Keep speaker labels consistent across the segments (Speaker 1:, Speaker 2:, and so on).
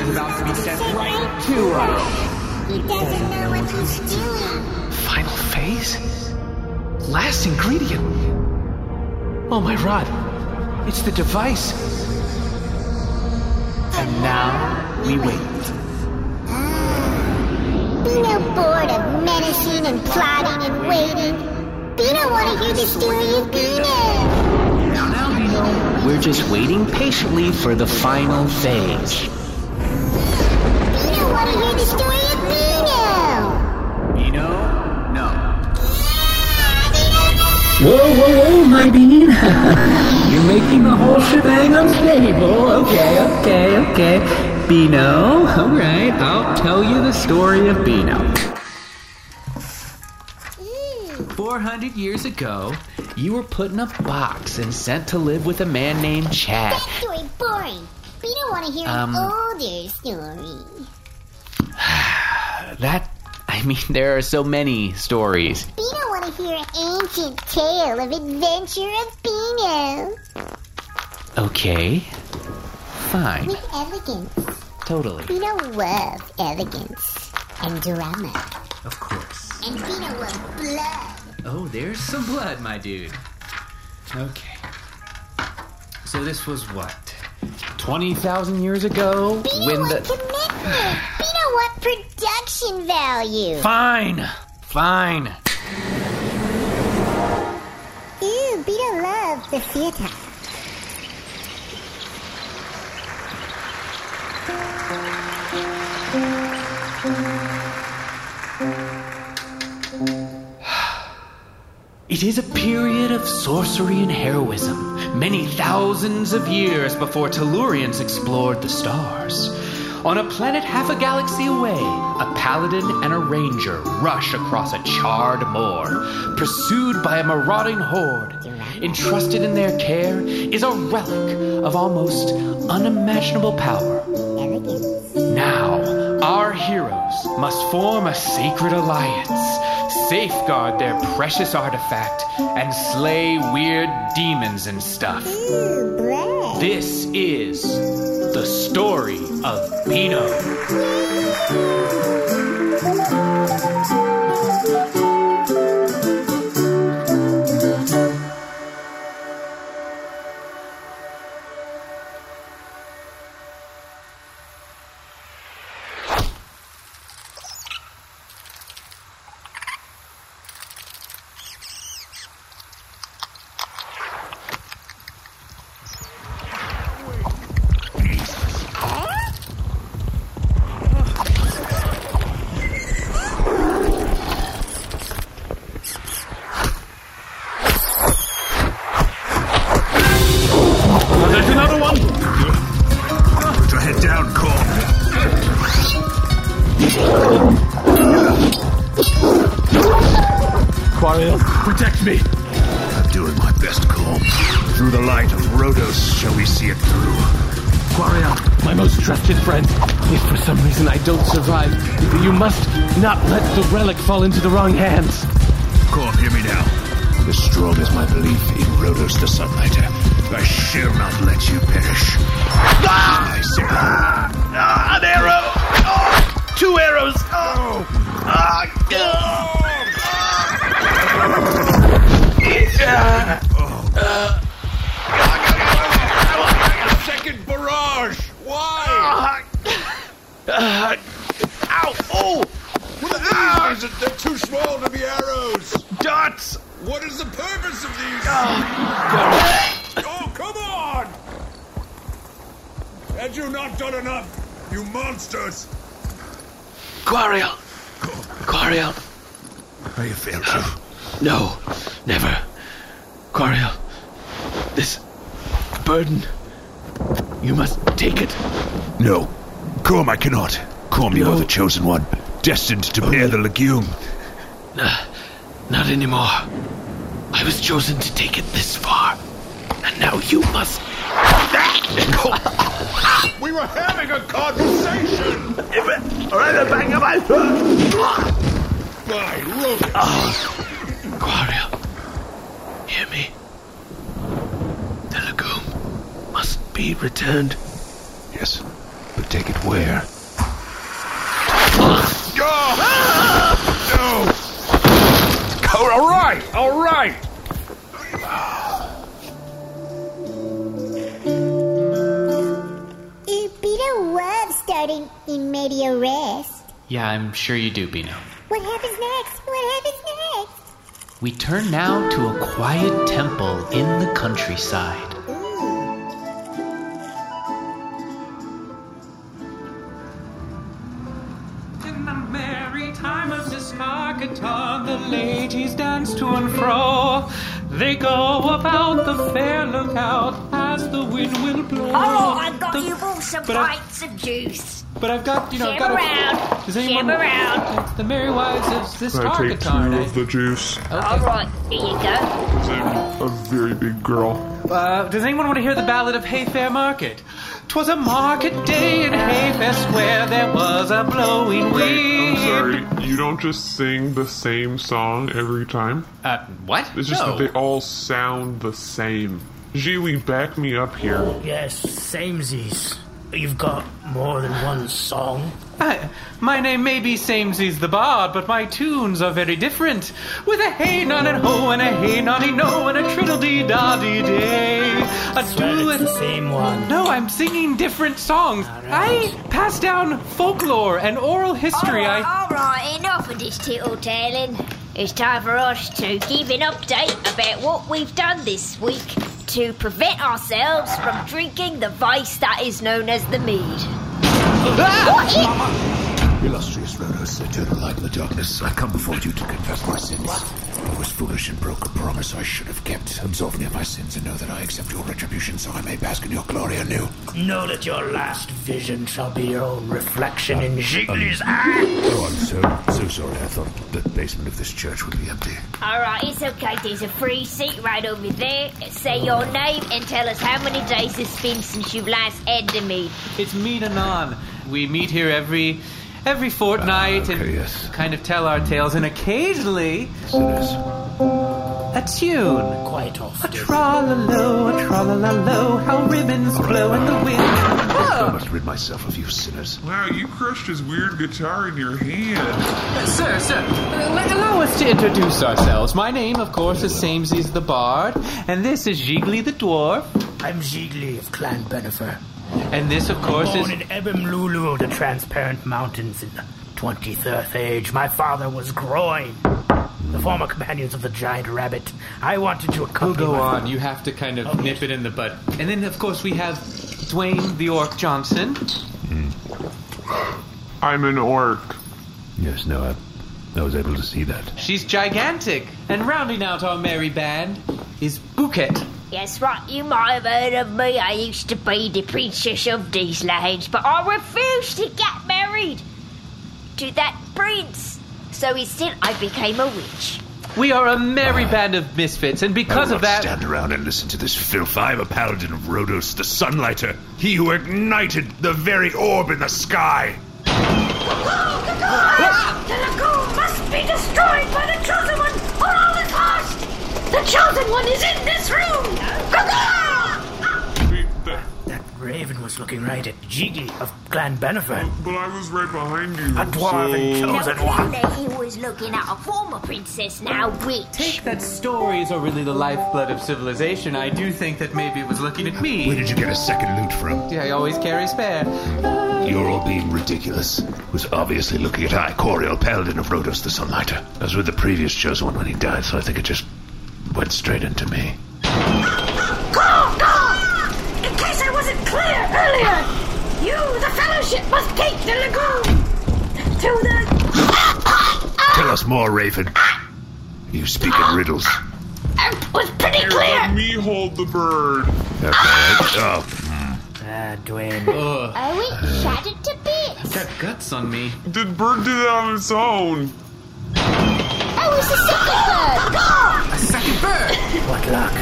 Speaker 1: us right to us.
Speaker 2: He doesn't know what he's doing.
Speaker 3: Final phase? Last ingredient? Oh my rod, it's the device. And now we wait.
Speaker 2: Beano bored of menacing and plotting and waiting. Beano want to hear the story of Beano.
Speaker 3: Now, now, you know, we're just waiting patiently for the final phase.
Speaker 2: Beano want to hear the story of Beano.
Speaker 3: You know? No.
Speaker 4: Whoa, whoa, whoa, my bean. You're making the whole shebang unstable. Okay, okay, okay. Beano, alright, I'll tell you the story of Beano.
Speaker 2: Mm,
Speaker 3: 400 years ago, you were put in a box and sent to live with a man named Chad.
Speaker 2: that story boring. Beano want to hear
Speaker 3: Um,
Speaker 2: an older story.
Speaker 3: That, I mean, there are so many stories.
Speaker 2: Beano want to hear an ancient tale of adventure of Beano.
Speaker 3: Okay. Fine.
Speaker 2: With elegance.
Speaker 3: Totally.
Speaker 2: Beano loves elegance and drama.
Speaker 3: Of course.
Speaker 2: And Beano loves blood.
Speaker 3: Oh, there's some blood, my dude. Okay. So this was what? 20,000 years ago?
Speaker 2: Beano
Speaker 3: When
Speaker 2: want
Speaker 3: the.
Speaker 2: commitment. Beano want production value.
Speaker 3: Fine! Fine!
Speaker 2: Ooh, Beto loves the theater.
Speaker 3: It is a period of sorcery and heroism, many thousands of years before Tellurians explored the stars. On a planet half a galaxy away, a paladin and a ranger rush across a charred moor. Pursued by a marauding horde, entrusted in their care is a relic of almost unimaginable power. Now, our heroes must form a sacred alliance, safeguard their precious artifact, and slay weird demons and stuff.
Speaker 2: Ooh, blood.
Speaker 3: This is the story of Beano.
Speaker 5: there's another one! Put your head down, Corn. Protect me! I'm doing my best, Corn. Through the light of Rhodos, shall we see it through?
Speaker 6: Quarion, my most trusted friend, if for some reason I don't survive, you must not let the relic fall into the wrong hands.
Speaker 5: Corn, hear me now. As strong is my belief in Rhodos the Sunlighter, I shall not let you perish. I say-
Speaker 7: Ah, an arrow! Ah, two arrows! Oh. Ah, ah. It's, uh, uh,
Speaker 5: Second barrage! Why?
Speaker 7: ah. Ah. Ow! Oh!
Speaker 5: What are these?
Speaker 7: Ah!
Speaker 5: These are- They're too small to be arrows!
Speaker 7: Dots!
Speaker 5: What is the purpose of these? Oh, come on! Had you not done enough, you monsters?
Speaker 6: Quarion! Quarion!
Speaker 5: I have failed you.
Speaker 6: No, never. Quarion, this burden, you must take it.
Speaker 5: No. Corm, I cannot. Corm, you are the chosen one, destined to bear the legume.
Speaker 6: Not anymore. I was chosen to take it this far, and now you must.
Speaker 5: We were having a conversation!
Speaker 7: All right, the bang of my throat!
Speaker 5: My Rhoda!
Speaker 6: Quarion, hear me. The legume must be returned.
Speaker 5: Yes, but take it where? Oh, all right, all right.
Speaker 2: Uh, Peter loves starting in media rest.
Speaker 8: Yeah, I'm sure you do, Bino.
Speaker 2: What happens next? What happens next?
Speaker 8: We turn now to a quiet temple in the countryside.
Speaker 3: In the merry time of Piscataway, the ladies dance to and fro. They go about the fair lookout as the wind will blow.
Speaker 1: Oh, I've got
Speaker 3: The-
Speaker 1: you all some
Speaker 3: but I-
Speaker 1: pints of juice.
Speaker 3: But I've got, you know, I've
Speaker 1: Jam
Speaker 3: got
Speaker 1: around.
Speaker 3: A, does anyone,
Speaker 1: Jam around.
Speaker 3: It's the merry wives of this
Speaker 9: I take two
Speaker 3: Piscataway.
Speaker 9: of the juice.
Speaker 1: All right, here you go.
Speaker 9: I'm a very big girl.
Speaker 3: Uh, does anyone want to hear the ballad of Hayfair Market? 'Twas a market day in Hayfair Square. There was a blowing
Speaker 9: I'm
Speaker 3: wind.
Speaker 9: sorry, you don't just sing the same song every time.
Speaker 8: Uh, what?
Speaker 9: It's just
Speaker 8: no.
Speaker 9: that they all sound the same. Gili, back me up here.
Speaker 10: Yes, samesies. You've got more than one song.
Speaker 3: I, Uh, my name may be Samesies the Bard, but my tunes are very different. With a hey non and ho and a hey nonny no and a triddle dee da dee day. A do
Speaker 10: Well, it's
Speaker 3: and
Speaker 10: the same one.
Speaker 3: no, I'm singing different songs. I pass down folklore and oral
Speaker 1: All
Speaker 3: history.
Speaker 1: right,
Speaker 3: I
Speaker 1: all right, enough of this tittle-tailing. It's time for us to give an update about what we've done this week to prevent ourselves from drinking the vice that is known as the mead.
Speaker 5: Illustrious Rhodos, eternal light in the darkness, I come before you to confess my sins. I was foolish and broke a promise I should have kept. Absolve me of my sins and know that I accept your retribution so I may bask in your glory anew.
Speaker 10: Know that your last vision shall be your own reflection in Jiggly's eye.
Speaker 5: Oh, I'm so, so sorry. I thought the basement of this church would be empty.
Speaker 1: All right, it's okay. There's a free seat right over there. Say your name and tell us how many days it's been since you've last had the mead.
Speaker 3: it's meet anon. We meet here every every fortnight
Speaker 5: Ah, okay,
Speaker 3: and
Speaker 5: yes.
Speaker 3: kind of tell our tales, and occasionally
Speaker 5: Sinners.
Speaker 3: a tune.
Speaker 10: Quite
Speaker 3: A
Speaker 10: often.
Speaker 3: tra-la-lo, a tra-la-la-lo, how ribbons blow in the wind. Oh.
Speaker 5: I must rid myself of you sinners.
Speaker 9: Wow, you crushed his weird guitar in your hand.
Speaker 3: Sir, sir, al- allow us to introduce ourselves. My name, of course, is Samesies the Bard, and this is Jiggly the Dwarf,
Speaker 10: I'm Jiggly of Clan Benefer.
Speaker 3: and this, of course, is...
Speaker 10: Born in Ebimlulu of the Transparent Mountains in the 23rd Age, my father was Groin, the former companions of the Giant Rabbit. I wanted to
Speaker 3: We'll
Speaker 10: accompany
Speaker 3: go
Speaker 10: my
Speaker 3: on, you have to kind of nip it in the bud. And then, of course, we have Dwayne the Orc Johnson.
Speaker 5: Hmm.
Speaker 9: I'm an orc.
Speaker 5: Yes, no, I, I was able to see that.
Speaker 3: She's gigantic. And rounding out our merry band is Bouquet.
Speaker 1: Yes, right, you might have heard of me. I used to be the princess of these lands, but I refused to get married to that prince. So instead, I became a witch.
Speaker 3: We are a merry band of misfits, and
Speaker 5: Ah, I
Speaker 3: because
Speaker 5: will
Speaker 3: of
Speaker 5: not
Speaker 3: that...
Speaker 5: stand around and listen to this filth. I am a paladin of Rhodos, the Sunlighter, he who ignited the very orb in the sky.
Speaker 1: The lagoon must be destroyed by the chosen one, or all is lost. The chosen one is in this room.
Speaker 9: Wait, that,
Speaker 10: That raven was looking right at Jiggly of Clan Benefer.
Speaker 9: but I was right behind you.
Speaker 10: A dwarf and
Speaker 9: so-
Speaker 10: chosen one.
Speaker 1: he was looking at a former princess, now witch.
Speaker 3: think that stories are really the lifeblood of civilization. I do think that maybe it was looking at
Speaker 5: Where
Speaker 3: me.
Speaker 5: did you get a second loot from?
Speaker 3: Yeah, I always carry a spare.
Speaker 5: You're all being ridiculous. It was obviously looking at I, Coriel, paladin of Rhodos, the Sunlighter. I was with the previous chosen one when he died, so I think it just went straight into me.
Speaker 1: In case I wasn't clear earlier, you, the Fellowship, must take the lagoon to the.
Speaker 5: Tell us more, Raven. You speak in riddles.
Speaker 1: I was pretty
Speaker 9: Let
Speaker 1: clear.
Speaker 9: me hold the bird.
Speaker 5: Okay. Oh,
Speaker 10: Ah, Dwayne.
Speaker 2: Oh, it shattered to bits.
Speaker 3: Got guts on me.
Speaker 9: Did bird do that on its own?
Speaker 2: Oh, it's a second bird.
Speaker 10: What luck.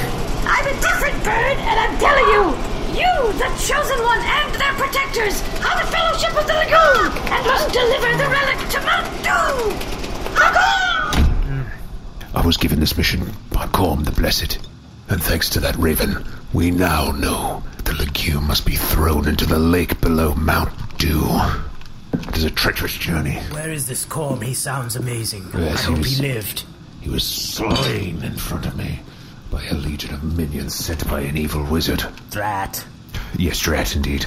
Speaker 1: I'm a different bird, and I'm telling you, you, the chosen one, and their protectors, are the Fellowship of the Lagoon, and must deliver the relic to Mount Doom. Lagoon!
Speaker 5: I was given this mission by Corm the Blessed. And thanks to that raven, we now know the legume must be thrown into the lake below Mount Dew. It is a treacherous journey.
Speaker 10: Where is this Corm? He sounds amazing.
Speaker 5: Yes,
Speaker 10: I
Speaker 5: he
Speaker 10: hope
Speaker 5: was-
Speaker 10: he lived.
Speaker 5: He was slain in front of me by a legion of minions sent by an evil wizard.
Speaker 10: Drat.
Speaker 5: Yes, Drat, indeed.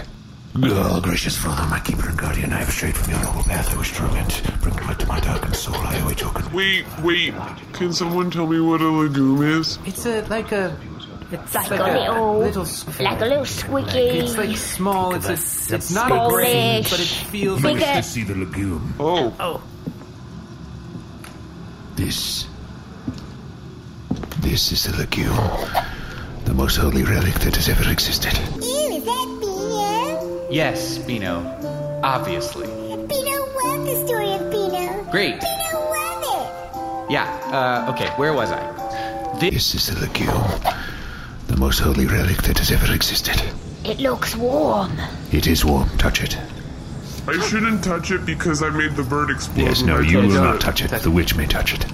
Speaker 5: Oh, gracious father, my keeper and guardian, I have strayed from your noble path. I wish to repent. Bring light to my darkened soul. I await your con-
Speaker 9: Wait, wait. Can someone tell me what a legume is?
Speaker 4: It's a like a. It's
Speaker 1: Like a little-
Speaker 4: square.
Speaker 1: Like a little squiggy.
Speaker 4: It's like small. Oh, It's a, it's not a
Speaker 1: big
Speaker 4: grain,
Speaker 1: fish.
Speaker 4: but it feels
Speaker 1: Big
Speaker 4: like
Speaker 5: Wish
Speaker 1: Okay.
Speaker 5: to see the legume.
Speaker 9: Oh,
Speaker 10: Oh,
Speaker 5: This. This is the legume. The most holy relic that has ever existed.
Speaker 2: Ew, is that Beano?
Speaker 3: Yes, Bino. Obviously.
Speaker 2: Beano loved the story of Beano.
Speaker 3: Great.
Speaker 2: Beano loved it.
Speaker 3: Yeah, uh, okay, where was I? This.
Speaker 5: This is the legume. The most holy relic that has ever existed.
Speaker 1: It looks warm.
Speaker 5: It is warm. Touch it.
Speaker 9: I shouldn't touch it because I made the bird explode.
Speaker 5: Yes,
Speaker 9: when
Speaker 5: no,
Speaker 9: I
Speaker 5: you will
Speaker 9: touched
Speaker 5: not
Speaker 9: it.
Speaker 5: touch it. The witch may touch it.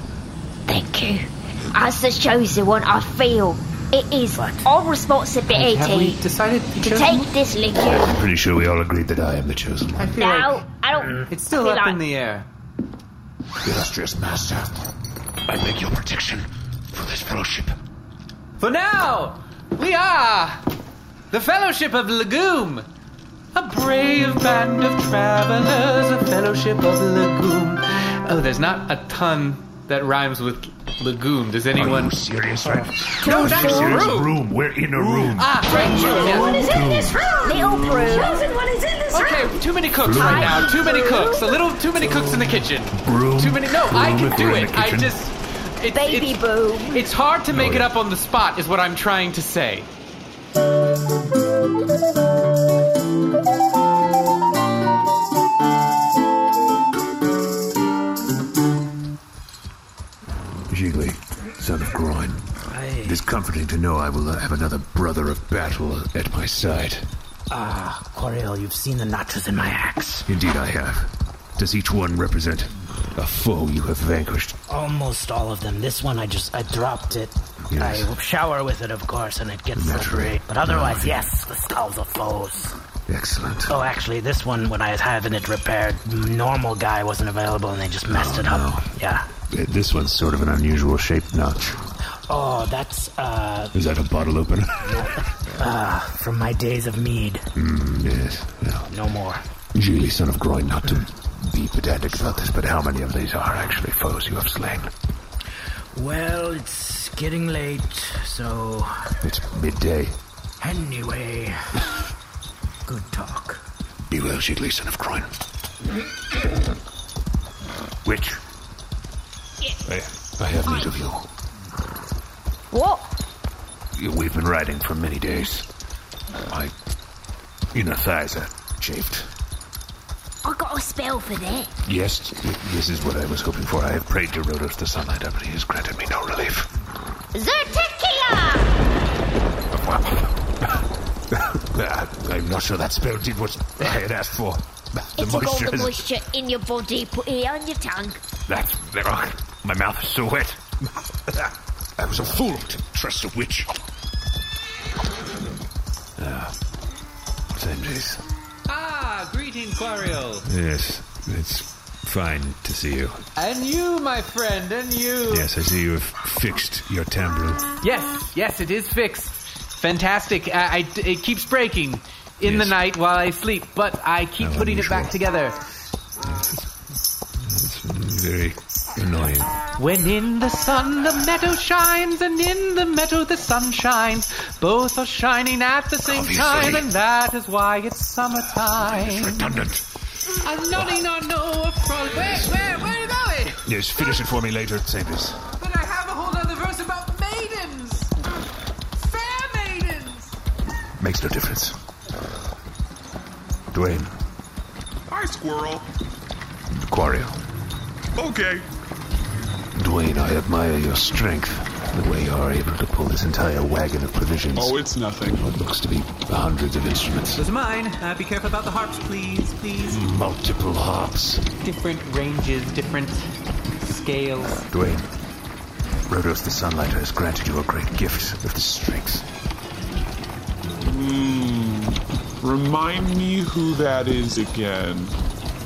Speaker 1: Thank you. As the chosen one, I feel it is our responsibility
Speaker 4: Have we decided
Speaker 1: to
Speaker 4: chose-
Speaker 1: take this legume.
Speaker 5: I'm pretty sure we all agreed that I am the chosen
Speaker 4: I
Speaker 5: one.
Speaker 4: feel like
Speaker 1: Now, I don't.
Speaker 4: it's still
Speaker 1: feel
Speaker 4: up
Speaker 1: like-
Speaker 4: in the air.
Speaker 5: Illustrious master, I beg your protection for this fellowship.
Speaker 3: For now, we are the Fellowship of Legume. A brave band of travelers, a Fellowship of Legume. Oh, there's not a ton that rhymes with legume. Does anyone? Oh.
Speaker 5: serious right
Speaker 3: No, that's
Speaker 5: Serious
Speaker 3: rude.
Speaker 5: room. We're in a room.
Speaker 3: Ah, right. sure, yes.
Speaker 1: Little brew.
Speaker 3: Okay, too many cooks right now. Too many cooks. A little too many cooks in the kitchen.
Speaker 5: Broom.
Speaker 3: Too many. No, I
Speaker 5: Broom
Speaker 3: can
Speaker 5: if
Speaker 3: do
Speaker 5: we're in
Speaker 3: it.
Speaker 5: the
Speaker 3: I
Speaker 5: kitchen.
Speaker 3: just. It's,
Speaker 1: Baby
Speaker 3: it's,
Speaker 1: boom.
Speaker 3: it's hard to make it up on the spot, is what I'm trying to say.
Speaker 5: Jiggly, son of Groin. It is comforting to know I will have another brother of battle at my side.
Speaker 10: Ah, Coriel, you've seen the notches in my axe.
Speaker 5: Indeed, I have. Does each one represent a foe you have vanquished?
Speaker 10: Almost all of them. This one, I just I dropped it.
Speaker 5: Yes.
Speaker 10: I shower with it, of course, and it gets
Speaker 5: Naturally.
Speaker 10: slippery. But otherwise, yes, the skulls are foes.
Speaker 5: Excellent.
Speaker 10: Oh, actually, this one, when I was having it repaired, normal guy wasn't available, and they just messed
Speaker 5: Oh,
Speaker 10: it up. Yeah.
Speaker 5: Uh, This one's sort of an unusual shaped notch.
Speaker 10: Oh, that's uh
Speaker 5: Is that a bottle opener?
Speaker 10: from my days of mead.
Speaker 5: Hmm, yes. No.
Speaker 10: No more.
Speaker 5: Jiggly, son of Groin, not to be pedantic about this, but how many of these are actually foes you have slain?
Speaker 10: Well, it's getting late, so
Speaker 5: It's midday.
Speaker 10: anyway, good talk.
Speaker 5: Be well, Jiggly, son of Groin. Witch. I, I have need of you.
Speaker 1: What?
Speaker 5: You- We've been riding for many days. My inner thighs are chafed.
Speaker 1: I got a spell for that.
Speaker 5: Yes, this is what I was hoping for. I have prayed to Rhodos the Sunlighter, but he has granted me no relief.
Speaker 1: Zertekia!
Speaker 5: Uh, I'm not sure that spell did what I had asked for. The
Speaker 1: It's all the moisture in your body, put it on your tongue.
Speaker 5: That's. ugh, my mouth is so wet. I was a fool to trust a witch. Ah, same days.
Speaker 3: Ah, greeting, Quariel.
Speaker 5: Yes, it's fine to see you.
Speaker 3: And you, my friend, and you.
Speaker 5: Yes, I see you have fixed your timbre.
Speaker 3: Yes, yes, it is fixed. Fantastic. I, I- it keeps breaking in
Speaker 5: Yes.
Speaker 3: the night while I sleep, but I keep
Speaker 5: How
Speaker 3: putting it
Speaker 5: unusual.
Speaker 3: back together.
Speaker 5: It's very annoying.
Speaker 3: When in the sun the meadow shines, and in the meadow the sun shines, both are shining at the same
Speaker 5: Obviously.
Speaker 3: time, and that is why it's summertime.
Speaker 5: Redundant.
Speaker 3: I'm nodding on no front. Where, where, where are you going?
Speaker 5: Yes, finish it for me later, Saintus.
Speaker 3: But I have a whole other verse about maidens. Fair maidens.
Speaker 5: Makes no difference. Dwayne,
Speaker 9: hi, squirrel.
Speaker 5: Quario.
Speaker 9: Okay.
Speaker 5: Dwayne, I admire your strength. The way you are able to pull this entire wagon of provisions.
Speaker 9: Oh, it's nothing.
Speaker 5: what looks to be hundreds of instruments.
Speaker 4: Those are mine. Uh, be careful about the harps, please, please.
Speaker 5: Multiple harps.
Speaker 3: Different ranges, different scales.
Speaker 5: Dwayne, Rhodos the Sunlighter has granted you a great gift of the strength.
Speaker 9: Hmm. Remind me who that is again.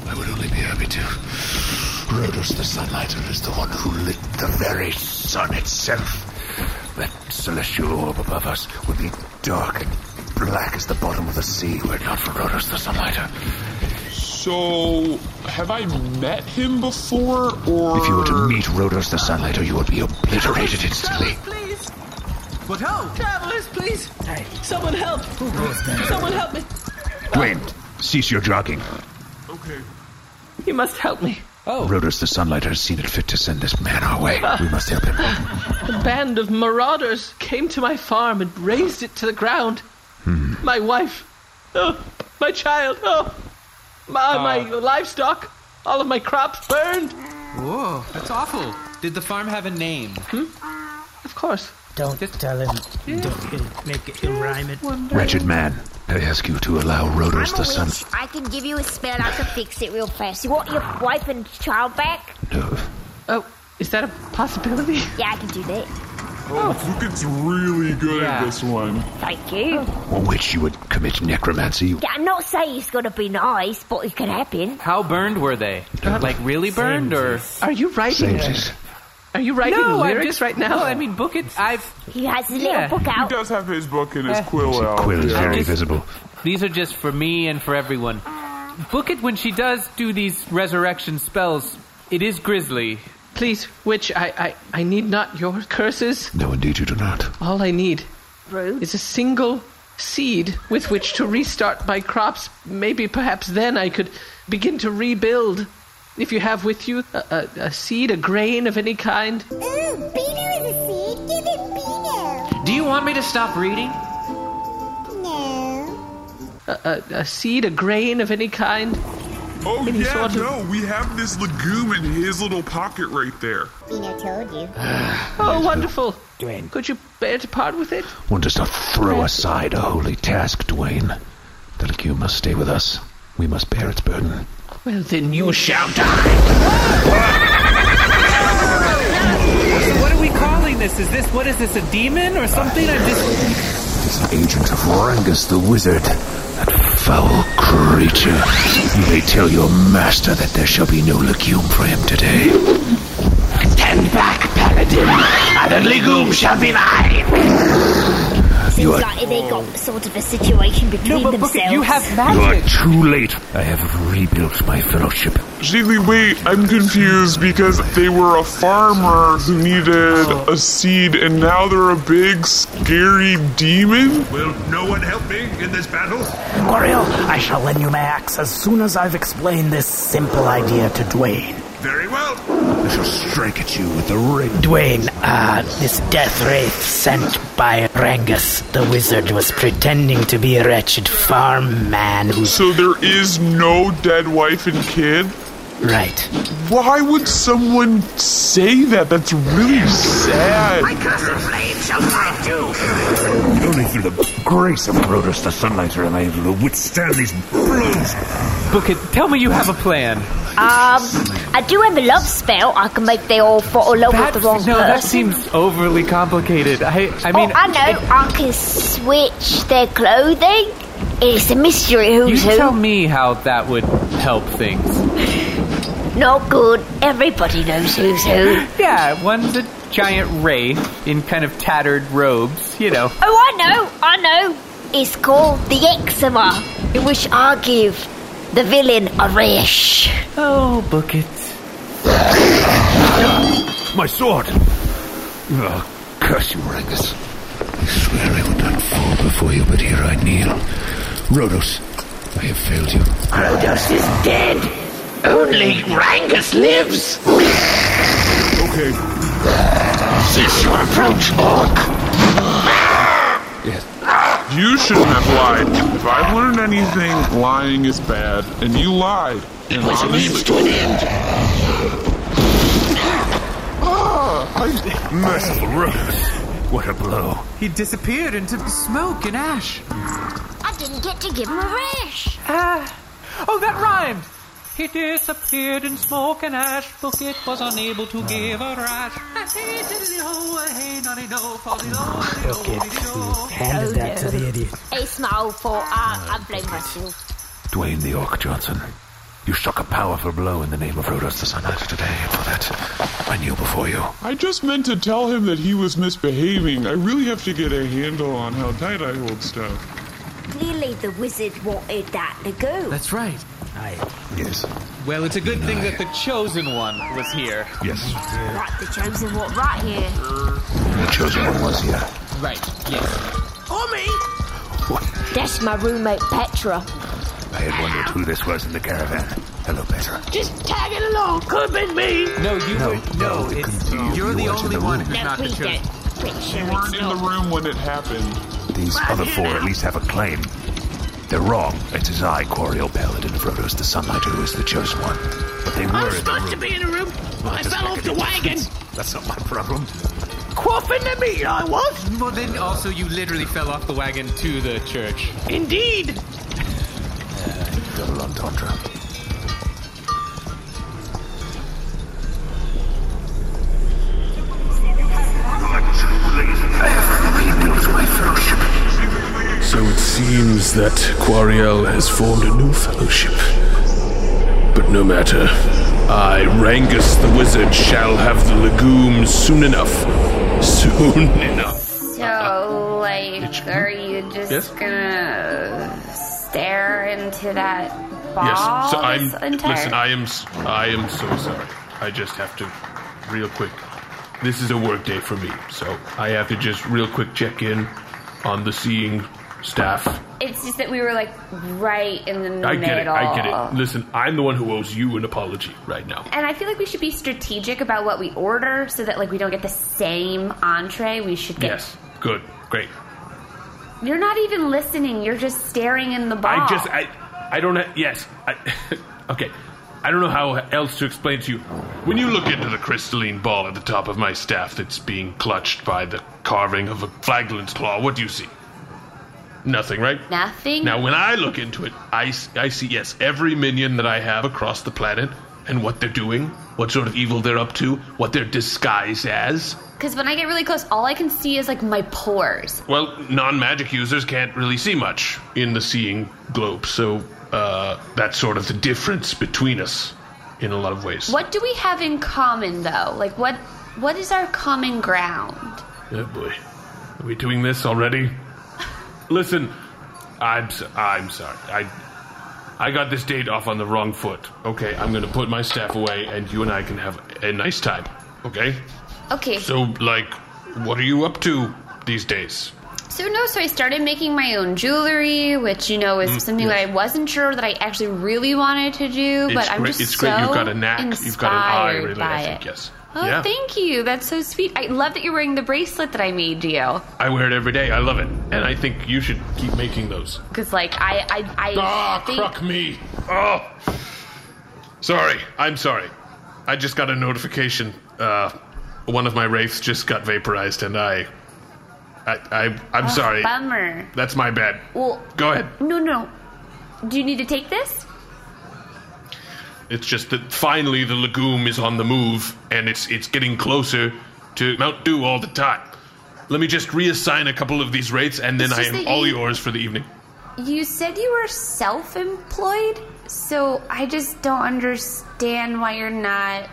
Speaker 5: I would only be happy to. Rhodos the Sunlighter is the one who lit the very sun itself. That celestial orb above us would be dark and black as the bottom of the sea were it not for Rhodos the Sunlighter.
Speaker 9: So, have I met him before, or
Speaker 5: If you were to meet Rhodos the Sunlighter, you would be obliterated instantly.
Speaker 11: Please! What help? Travelers, please! Someone help! Someone help me!
Speaker 5: Dwayne, cease your jogging.
Speaker 9: Okay.
Speaker 11: You must help me.
Speaker 5: Oh. Rhodos the Sunlighter has seen it fit to send this man our way. We must help him.
Speaker 11: A band of marauders came to my farm and razed it to the ground. My wife, oh, my child, oh, my, my livestock, all of my crops burned.
Speaker 3: Whoa, that's awful. Did the farm have a name?
Speaker 11: Hmm? Of course.
Speaker 10: Don't tell him. Don't he'll make it. He'll rhyme it.
Speaker 5: Wretched man, I ask you to allow Rhodos
Speaker 1: I'm a
Speaker 5: the Sun.
Speaker 1: witch. I can give you a spell. I can fix it real fast. You want your wife and child back?
Speaker 5: No.
Speaker 11: Oh, is that a possibility?
Speaker 1: Yeah, I can do that.
Speaker 9: Oh, Lucas really good
Speaker 3: Yeah.
Speaker 9: at this one.
Speaker 1: Thank you.
Speaker 5: On which you would commit necromancy.
Speaker 1: Yeah, I'm not saying it's gonna be nice, but it could happen.
Speaker 3: How burned were they? Like really burned, or
Speaker 11: Are you writing?
Speaker 5: Sages.
Speaker 11: Are you writing lyrics
Speaker 3: just-
Speaker 11: right now?
Speaker 3: No, I mean book it. I've
Speaker 1: He has a little
Speaker 3: Yeah.
Speaker 1: book
Speaker 9: He
Speaker 1: out.
Speaker 9: does have his book
Speaker 11: Eh.
Speaker 9: and
Speaker 3: Eh.
Speaker 9: his quill out.
Speaker 5: Quill is
Speaker 9: yeah.
Speaker 5: very visible.
Speaker 3: these are just for me and for everyone. Book it when she does do these resurrection spells. It is grisly.
Speaker 11: Please, witch, I, I, I need not your curses.
Speaker 5: No, indeed, you do not.
Speaker 11: All I need
Speaker 1: Rude.
Speaker 11: is a single seed with which to restart my crops. Maybe perhaps then I could begin to rebuild. If you have with you a, a, a seed, a grain of any kind.
Speaker 2: Ooh, Beano is a seed. Give it Beano.
Speaker 3: Do you want me to stop reading?
Speaker 2: No.
Speaker 11: a, a, a seed, a grain of any kind.
Speaker 9: Oh
Speaker 11: Any
Speaker 9: yeah,
Speaker 11: sort of-
Speaker 9: no, we have this legume in his little pocket right there.
Speaker 2: Beano told you.
Speaker 11: Oh, wonderful! Could you bear to part with it?
Speaker 5: One does not throw aside a holy task, Dwayne. The legume must stay with us. We must bear its burden.
Speaker 11: Well, then you shall die.
Speaker 4: What are we calling this? Is this what is this a demon or something? I'm just
Speaker 5: It's an agent of Rangus the Wizard. That foul creature. You may tell your master that there shall be no legume for him today. Stand back, Paladin. And the legume shall be mine. You
Speaker 1: Seems
Speaker 5: are
Speaker 1: like they got sort of a situation between themselves.
Speaker 4: you have
Speaker 5: You are
Speaker 4: magic.
Speaker 5: too late. I have rebuilt my fellowship.
Speaker 9: Jiggly, wait, I'm confused because they were a farmer who needed a seed and now they're a big scary demon?
Speaker 7: Will no one help me in this battle?
Speaker 10: Oriole, I shall lend you my axe as soon as I've explained this simple idea to Dwayne.
Speaker 7: Very well.
Speaker 5: I shall strike at you with the ring.
Speaker 10: Dwayne, uh, this death wraith sent by Rangus the wizard was pretending to be a wretched farm man who's
Speaker 9: So there is no dead wife and kid?
Speaker 10: right.
Speaker 9: Why would someone say that? That's really sad.
Speaker 5: Only through the grace of Rhodos the Sunlighter am I able to withstand these blows.
Speaker 3: Book it. Tell me you have a plan.
Speaker 1: Um, I do have a love spell. I can make they all fall in love
Speaker 3: That
Speaker 1: Oh, with the wrong
Speaker 3: no, that
Speaker 1: person.
Speaker 3: seems overly complicated. I I mean,
Speaker 1: oh, I know. I can switch their clothing. It's a mystery
Speaker 3: you
Speaker 1: who's who.
Speaker 3: tell me how that would help things.
Speaker 1: Not good. Everybody knows who's who.
Speaker 3: Yeah, one's a giant wraith in kind of tattered robes, you know.
Speaker 1: Oh, I know, I know. It's called the eczema, in which I give the villain a rash.
Speaker 3: Oh, book it.
Speaker 5: My sword! Oh, curse you, Rangus. I swear I would not fall before you, but here I kneel. Rhodos, I have failed you.
Speaker 10: Rhodos is dead. Only Rangus lives.
Speaker 9: Okay.
Speaker 10: Cease your approach, Orc.
Speaker 9: You shouldn't have lied. If I've learned anything, lying is bad. And you lied. And honestly,
Speaker 10: to an end.
Speaker 5: Merciful Rhodos! What a blow.
Speaker 3: He disappeared into smoke and ash.
Speaker 2: I didn't get to give him a rash.
Speaker 3: Ah. Oh, that rhymed. He disappeared in smoke and ash. Book it was unable to give a rash.
Speaker 10: Handed that to the idiot.
Speaker 1: It's my own fault. I, I blame myself.
Speaker 5: Dwayne the Orc Johnson, You struck a powerful blow in the name of Rhodos the Sun Elf today, and for that, I kneel before you.
Speaker 9: I just meant to tell him that he was misbehaving. I really have to get a handle on how tight I hold stuff.
Speaker 1: Clearly, the wizard wanted that to go.
Speaker 3: That's right.
Speaker 5: Yes.
Speaker 12: Well, it's a good thing that the chosen one was here.
Speaker 5: Yes.
Speaker 1: Right, the chosen one, right here.
Speaker 5: The chosen one was here.
Speaker 12: Right,
Speaker 10: Oh,
Speaker 12: yes.
Speaker 1: Homie! That's my roommate Petra.
Speaker 5: I had wondered who this was in the caravan. Hello, Petra.
Speaker 1: Just tagging along. Could have been me.
Speaker 12: No, you were. No, it's. You're the only one who's
Speaker 1: No,
Speaker 12: not the
Speaker 1: please
Speaker 12: chosen
Speaker 1: don't. Pretty sure
Speaker 9: You
Speaker 1: it's
Speaker 9: weren't in the
Speaker 1: not.
Speaker 9: room when it happened.
Speaker 5: These other four at least have a claim. They're wrong. It is I, Coriel, Paladin of Rhodos, the Sunlight, who is the chosen one. But they were
Speaker 11: I
Speaker 5: in
Speaker 11: was
Speaker 5: the
Speaker 11: supposed
Speaker 5: room.
Speaker 11: to be in a room.
Speaker 5: Well, it
Speaker 11: I
Speaker 5: doesn't
Speaker 11: fell
Speaker 5: make
Speaker 11: off
Speaker 5: a
Speaker 11: the wagon.
Speaker 5: difference. That's not my problem.
Speaker 11: Quaffing the meat, I was.
Speaker 12: Well, then also you literally fell off the wagon to the church.
Speaker 11: Indeed.
Speaker 5: Double entendre.
Speaker 13: So it seems that Quariel has formed a new fellowship. But no matter. I, Rangus the Wizard, shall have the legume soon enough. Soon enough.
Speaker 14: So, like, are you just
Speaker 13: Yes?
Speaker 14: gonna stare into that ball
Speaker 13: yes, so I'm.
Speaker 14: this entire?
Speaker 13: Listen, I am. s- I am so sorry. I just have to, real quick. This is a work day for me, so I have to just real quick check in on the seeing staff
Speaker 14: It's just that we were like right in the
Speaker 13: I
Speaker 14: middle.
Speaker 13: get it. I get it. Listen, I'm the one who owes you an apology right now.
Speaker 14: And I feel like we should be strategic about what we order, so that like we don't get the same entree. We should get.
Speaker 13: Yes. Good. Great.
Speaker 14: You're not even listening. You're just staring in the ball.
Speaker 13: I just I I don't ha- yes. I, okay. I don't know how else to explain to you. When you look into the crystalline ball at the top of my staff that's being clutched by the carving of a flagellant's claw, what do you see? Nothing, right?
Speaker 14: nothing.
Speaker 13: Now, when I look into it, I, s- I see, yes, every minion that I have across the planet and what they're doing, what sort of evil they're up to, what they're disguised as.
Speaker 14: Because when I get really close, all I can see is like my pores.
Speaker 13: Well, non-magic users can't really see much in the seeing globe, so uh, that's sort of the difference between us in a lot of ways.
Speaker 14: What do we have in common, though? Like, what what is our common ground?
Speaker 13: Oh boy, are we doing this already? Listen, I'm s am sorry. I I got this date off on the wrong foot. Okay, I'm gonna put my staff away, and you and I can have a nice time. Okay.
Speaker 14: Okay.
Speaker 13: So, like, what are you up to these days?
Speaker 14: So no, so I started making my own jewelry, which you know is
Speaker 13: Mm,
Speaker 14: something that I wasn't sure that I actually really wanted to do, Oh, but
Speaker 13: it's
Speaker 14: I'm
Speaker 13: great.
Speaker 14: just
Speaker 13: it's
Speaker 14: so
Speaker 13: great. You've got a knack.
Speaker 14: inspired
Speaker 13: You've got an eye, really.
Speaker 14: by
Speaker 13: I think
Speaker 14: it.
Speaker 13: yes.
Speaker 14: Oh,
Speaker 13: yeah.
Speaker 14: thank you. That's so sweet. I love that you're wearing the bracelet that I made you.
Speaker 13: I wear it every day. I love it, and I think you should keep making those.
Speaker 14: Because, like, I, I, I
Speaker 13: Ah,
Speaker 14: think
Speaker 13: crock me. Oh, sorry. I'm sorry. I just got a notification. Uh, one of my wraiths just got vaporized, and I, I, I I'm
Speaker 14: Oh,
Speaker 13: sorry.
Speaker 14: Bummer.
Speaker 13: That's my bad.
Speaker 14: Well,
Speaker 13: Go ahead.
Speaker 14: no, no. Do you need to take this?
Speaker 13: It's just that finally the legume is on the move, and it's it's getting closer to Mount Dew all the time. Let me just reassign a couple of these rates, and then
Speaker 14: It's
Speaker 13: I
Speaker 14: just
Speaker 13: am
Speaker 14: that
Speaker 13: all
Speaker 14: you-
Speaker 13: yours for the evening.
Speaker 14: You said you were self-employed, so I just don't understand why you're not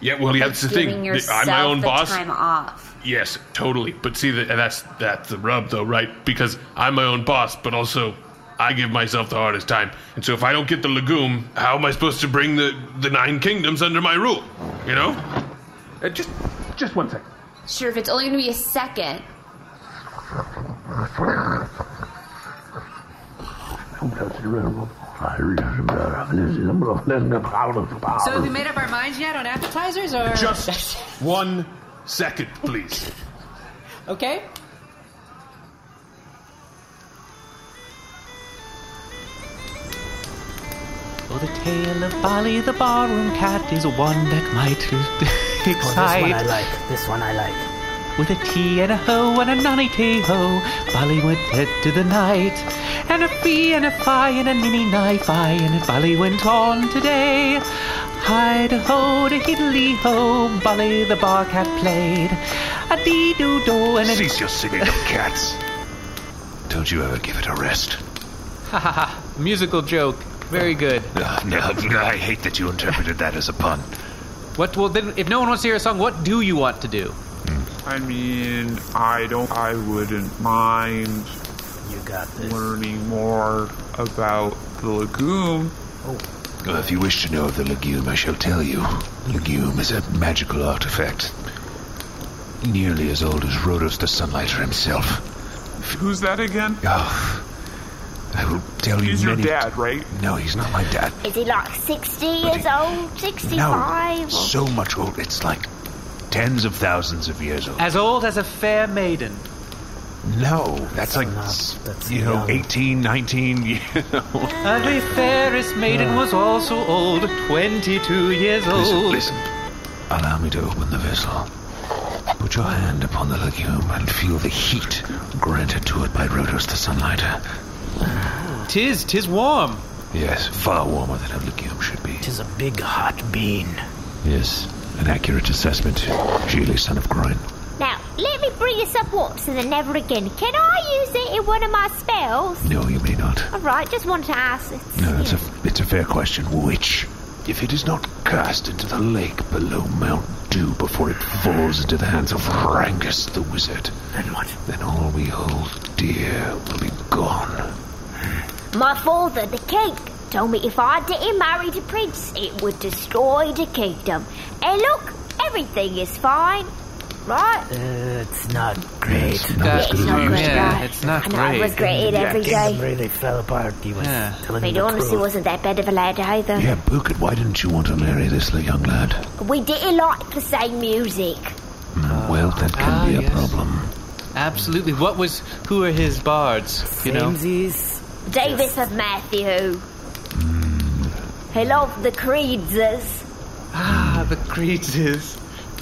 Speaker 13: Yeah, well, yeah, that's the
Speaker 14: giving
Speaker 13: thing.
Speaker 14: yourself
Speaker 13: I'm my own
Speaker 14: the
Speaker 13: boss.
Speaker 14: time off.
Speaker 13: Yes, totally. But see, that that's that's the rub, though, right? Because I'm my own boss, but also I give myself the hardest time. And so, if I don't get the legume, how am I supposed to bring the the nine kingdoms under my rule? You know? Uh, just just one second.
Speaker 14: Sure, if it's only going to be a second.
Speaker 15: So have we made up our minds yet on appetizers, or
Speaker 13: Just one second, please.
Speaker 15: okay?
Speaker 4: Oh, the tale of Bali the barroom cat is one that might
Speaker 10: Oh, this one
Speaker 4: excite.
Speaker 10: I like. This one I like.
Speaker 4: With a tea and a hoe and a nonny tee ho, Bali went dead to the night. And a fee and a fi and a ninny knife I and a Bali went on today. Hide a ho to hiddly ho, Bali the bar cat played. A dee doo do and a
Speaker 5: Cease your singing of cats. Don't you ever give it a rest.
Speaker 12: Haha, musical joke.
Speaker 3: Very good.
Speaker 5: Ah, no, no, I hate that you interpreted that as a pun.
Speaker 3: What? Well, then, if no one wants to hear a song, what do you want to do?
Speaker 9: I mean, I don't. I wouldn't mind. You got this. Learning more about the lagoon.
Speaker 5: Well, Oh. if you wish to know of the legume, I shall tell you. Legume is a magical artifact, nearly as old as Rhodos the Sunlighter himself.
Speaker 9: Who's that again?
Speaker 5: Oh, I will tell you
Speaker 9: He's your
Speaker 5: many.
Speaker 9: dad, right?
Speaker 5: No, he's not my dad.
Speaker 1: Is he like 60 years old? 65?
Speaker 5: No, so much old. It's like tens of thousands of years old.
Speaker 11: As old as a fair maiden.
Speaker 5: No, that's, like you know,
Speaker 11: young.
Speaker 5: eighteen, nineteen. You know.
Speaker 11: And the fairest maiden was also old, 22 years old.
Speaker 5: Listen, listen. Allow me to open the vessel. Put your hand upon the legume and feel the heat granted to it by Rhodos the Sunlighter.
Speaker 11: Tis, tis warm.
Speaker 5: Yes, far warmer than a legume should be.
Speaker 10: Tis a big hot bean.
Speaker 5: Yes, an accurate assessment. Sheely, son of Groin.
Speaker 1: Now, let me bring you some warps and then never again. Can I use it in one of my spells?
Speaker 5: No, you may not.
Speaker 1: Alright, just wanted to ask. It's-
Speaker 5: No, that's a, it's a fair question. Which, if it is not cast into the lake below Mount Dew before it falls into the hands of Rangus the Wizard, then what? Then all we hold dear will be gone.
Speaker 1: My father, the king, told me if I didn't marry the prince, it would destroy the kingdom. And look, everything is fine. Right?
Speaker 10: Uh, it's not great.
Speaker 11: It's not That's- good yeah, news. yeah, it's not
Speaker 1: I know, it great. was great every
Speaker 10: yeah,
Speaker 1: day.
Speaker 10: Kingdom really fell apart. He was telling
Speaker 1: I
Speaker 10: me
Speaker 1: mean,
Speaker 10: the
Speaker 1: honestly,
Speaker 10: truth.
Speaker 1: wasn't that bad of a lad either.
Speaker 5: Yeah, Bukit, why didn't you want to marry this li- young lad?
Speaker 1: We didn't like the same music.
Speaker 5: well, that
Speaker 10: Uh,
Speaker 5: can
Speaker 3: be
Speaker 5: a problem.
Speaker 3: Absolutely. What was? Who are his bards? You know.
Speaker 1: Davis of Matthew. He loved the Creedses.
Speaker 3: Ah, the Creedses.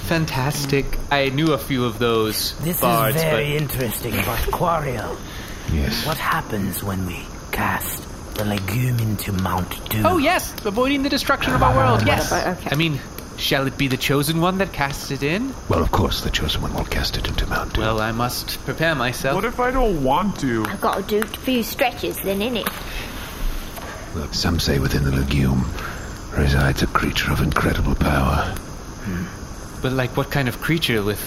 Speaker 3: Fantastic. I knew a few of those
Speaker 10: This
Speaker 3: bards,
Speaker 10: is very interesting about Quario.
Speaker 5: Yes.
Speaker 10: What happens when we cast the legume into Mount Dew?
Speaker 3: but. Oh yes, avoiding the destruction of our world. Yes.
Speaker 10: Whatever, okay.
Speaker 3: I mean, shall it be the chosen one that casts it in?
Speaker 5: Well, of course, the chosen one will cast it into Mount Dew.
Speaker 3: Well, I must prepare myself.
Speaker 9: What if I don't want to?
Speaker 1: I've got to do a few stretches then, innit?
Speaker 5: Look, some say within the legume resides a creature of incredible power.
Speaker 3: But like, what kind of creature with?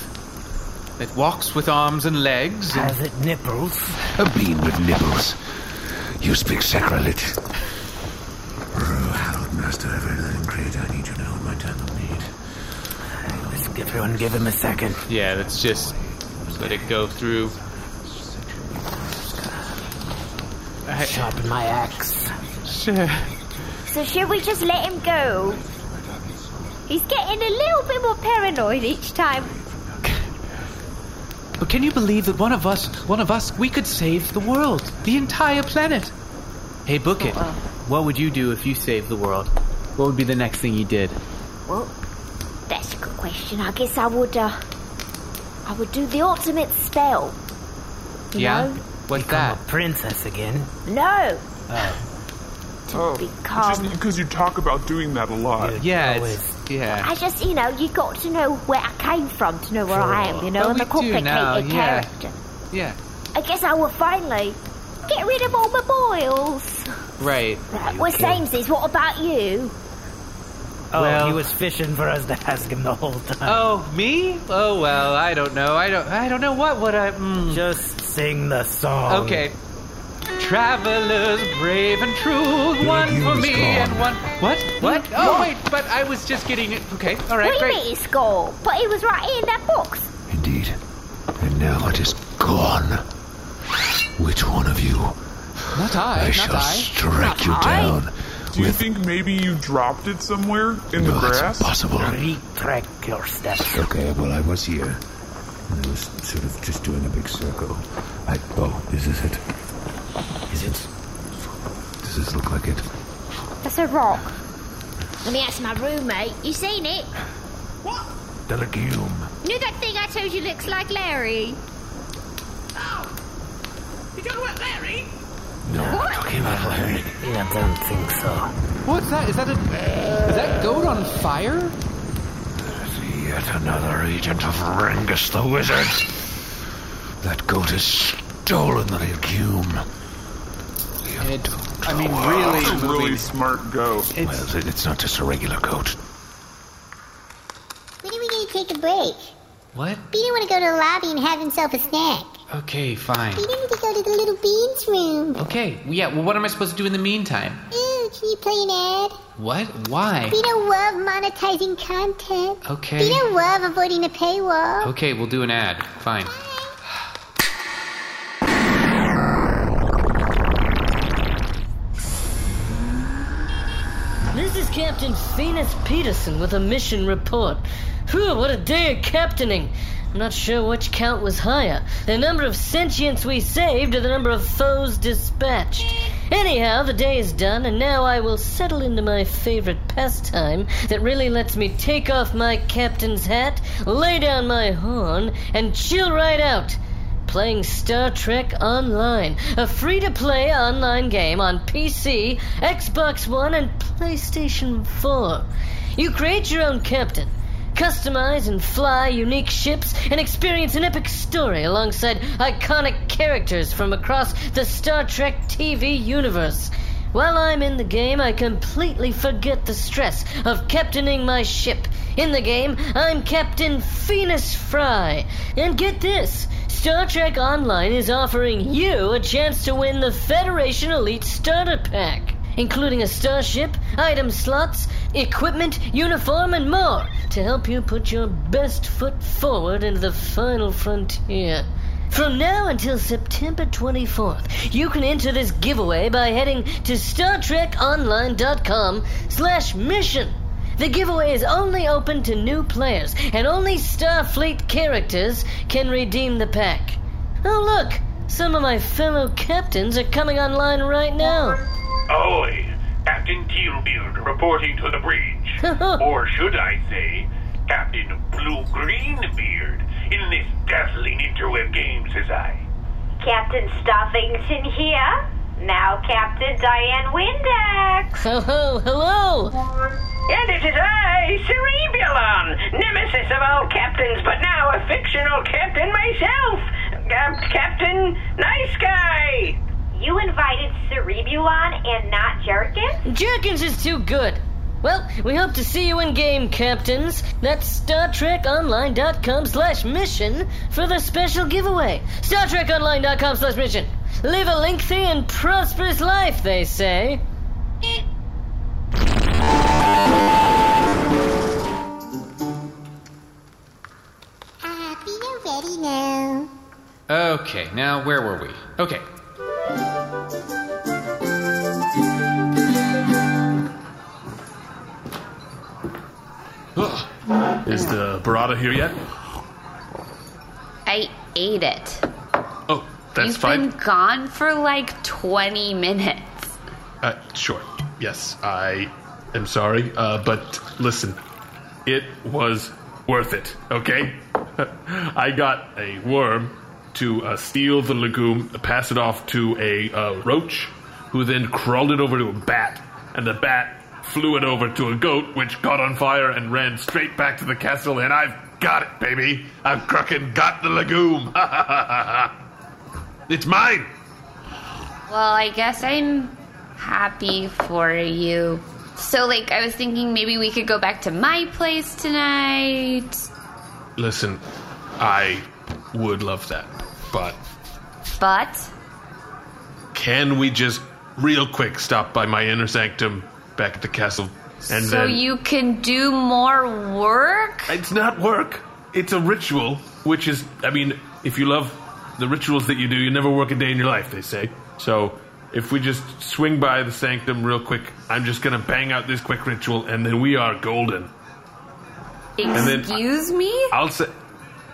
Speaker 3: That walks with arms and legs.
Speaker 10: Has it nipples?
Speaker 5: A bean with nipples. You speak sacrilege.
Speaker 16: Oh, hallowed master of everything great, I need you now in my time of need.
Speaker 10: Let's give everyone give him a second.
Speaker 3: Yeah, let's just let it go through.
Speaker 10: Sharpen my axe.
Speaker 3: Sure.
Speaker 1: So should we just let him go? He's getting a little bit more paranoid each time.
Speaker 3: But can you believe that one of us, one of us, we could save the world, the entire planet? Hey, book it.
Speaker 1: Uh-uh.
Speaker 3: What would you do if you saved the world? What would be the next thing you did?
Speaker 1: Well, that's a good question. I guess I would, uh, I would do the ultimate spell. You
Speaker 10: yeah?
Speaker 1: know?
Speaker 3: What's
Speaker 10: Become that? a princess again.
Speaker 1: No,
Speaker 9: Oh,
Speaker 1: become-
Speaker 9: because you talk about doing that a lot.
Speaker 3: Yeah, it's, yeah.
Speaker 1: I just, you know, you got to know where I came from to know where I am, you know,
Speaker 3: But
Speaker 1: I'm
Speaker 3: we
Speaker 1: a
Speaker 3: do
Speaker 1: complicated
Speaker 3: now, yeah.
Speaker 1: character.
Speaker 3: Yeah,
Speaker 1: I guess I will finally get rid of all my boils.
Speaker 3: right.
Speaker 1: Right, well, Samesies, what about you?
Speaker 10: Oh, he was fishing for us to ask him the whole
Speaker 1: Uh.
Speaker 10: time.
Speaker 3: Oh, me? Oh well, I don't know. I don't. I don't know what would I. Mm.
Speaker 10: Just sing the song.
Speaker 3: Okay. Travelers brave and true, one for me and one. What? What? Oh wait, but I was just getting it. Okay, all right,
Speaker 1: we
Speaker 3: great.
Speaker 1: made school, but it was right in that box.
Speaker 5: Indeed. And now it is gone. Which one of you?
Speaker 3: Not I.
Speaker 5: I
Speaker 9: not
Speaker 5: shall
Speaker 9: I.
Speaker 5: strike you
Speaker 9: Not I.
Speaker 5: down.
Speaker 9: Do you think maybe you dropped it somewhere in the
Speaker 5: No, it's
Speaker 9: grass?
Speaker 5: impossible.
Speaker 10: Retract your steps.
Speaker 16: Okay, well, I was here. And I was sort of just doing a big circle. I, oh, is this it? Is it?
Speaker 5: Does this look like it?
Speaker 1: That's a rock. Let me ask my roommate. You seen it?
Speaker 5: The legume.
Speaker 17: You know that thing I told you looks like Larry?
Speaker 6: You don't want Larry?
Speaker 5: No,
Speaker 6: What?
Speaker 5: talking about Larry.
Speaker 10: Yeah, I don't think so.
Speaker 3: What's that? Is that a? Is that goat on fire?
Speaker 5: Yet another agent of Rengus the Wizard. That goat has stolen the legume.
Speaker 3: It I mean,
Speaker 18: Wow,
Speaker 3: really,
Speaker 18: that's a
Speaker 3: moving-
Speaker 18: really smart go.
Speaker 5: well, then it's not just a regular coat.
Speaker 2: When are we going to take a break?
Speaker 3: What?
Speaker 2: Bean want to go to the lobby and have himself a snack.
Speaker 3: Okay, fine.
Speaker 2: Bean need to go to the little Bean's room.
Speaker 3: Okay, yeah, well, what am I supposed to do in the meantime?
Speaker 2: Ooh, can you play an ad?
Speaker 3: What? Why?
Speaker 2: We don't love monetizing content. We
Speaker 3: Okay.
Speaker 2: don't love avoiding a paywall.
Speaker 3: Okay, we'll do an ad. Fine.
Speaker 19: This is Captain Venus Peterson with a mission report. Whew, what a day of captaining! I'm not sure which count was higher the number of sentients we saved or the number of foes dispatched. Anyhow, the day is done, and now I will settle into my favorite pastime that really lets me take off my captain's hat, lay down my horn, and chill right out playing Star Trek Online, a free to play online game on PC, Xbox One, and PlayStation 4. You create your own captain. Customize and fly unique ships and experience an epic story alongside iconic characters from across the Star Trek TV universe. While I'm in the game, I completely forget the stress of captaining my ship. In the game, I'm Captain Phoenix Fry. And get this Star Trek Online is offering you a chance to win the Federation Elite Starter Pack, including a starship, item slots, equipment, uniform, and more to help you put your best foot forward into the final frontier. From now until September 24th, you can enter this giveaway by heading to StarTrekOnline.com slash mission. The giveaway is only open to new players, and only Starfleet characters can redeem the pack. Oh, look! Some of my fellow captains are coming online right now.
Speaker 20: Ahoy! Captain Tealbeard reporting to the bridge. or should I say, Captain Blue Green Beard in this dazzling interweb game, says I.
Speaker 1: Captain Stuffington here. Now Captain Diane Windex.
Speaker 19: Hello, hello.
Speaker 6: And it is I, Cerebulon, nemesis of all captains, but now a fictional captain myself. Cap- captain Nice Guy.
Speaker 1: You invited Cerebulon and not Jerkin?
Speaker 19: Jerkins is too good. Well, we hope to see you in game, Captains. That's Star StarTrekOnline.com slash mission for the special giveaway. Star StarTrekOnline.com slash mission. Live a lengthy and prosperous life, they say.
Speaker 2: Ah, Bean already now.
Speaker 3: Okay, now where were we? Okay.
Speaker 13: Is the burrata here yet?
Speaker 14: I ate it.
Speaker 13: Oh, that's
Speaker 14: You've
Speaker 13: fine.
Speaker 14: been gone for like 20 minutes.
Speaker 13: Uh, sure. Yes, I am sorry, uh, but listen, it was worth it, okay? I got a worm to uh, steal the legume, pass it off to a uh, roach, who then crawled it over to a bat, and the bat flew it over to a goat, which caught on fire and ran straight back to the castle, and I've got it, baby! I've crookin' got the legume! it's mine!
Speaker 14: Well, I guess I'm happy for you. So, like, I was thinking maybe we could go back to my place tonight.
Speaker 13: Listen, I would love that, but
Speaker 14: But
Speaker 13: can we just real quick stop by my inner sanctum back at the castle and
Speaker 14: so
Speaker 13: then
Speaker 14: you can do more work?
Speaker 13: it's not work it's a ritual which is i mean if you love the rituals that you do you never work a day in your life they say so if we just swing by the sanctum real quick i'm just gonna bang out this quick ritual and then we are golden and then-
Speaker 14: Excuse me?
Speaker 13: i'll say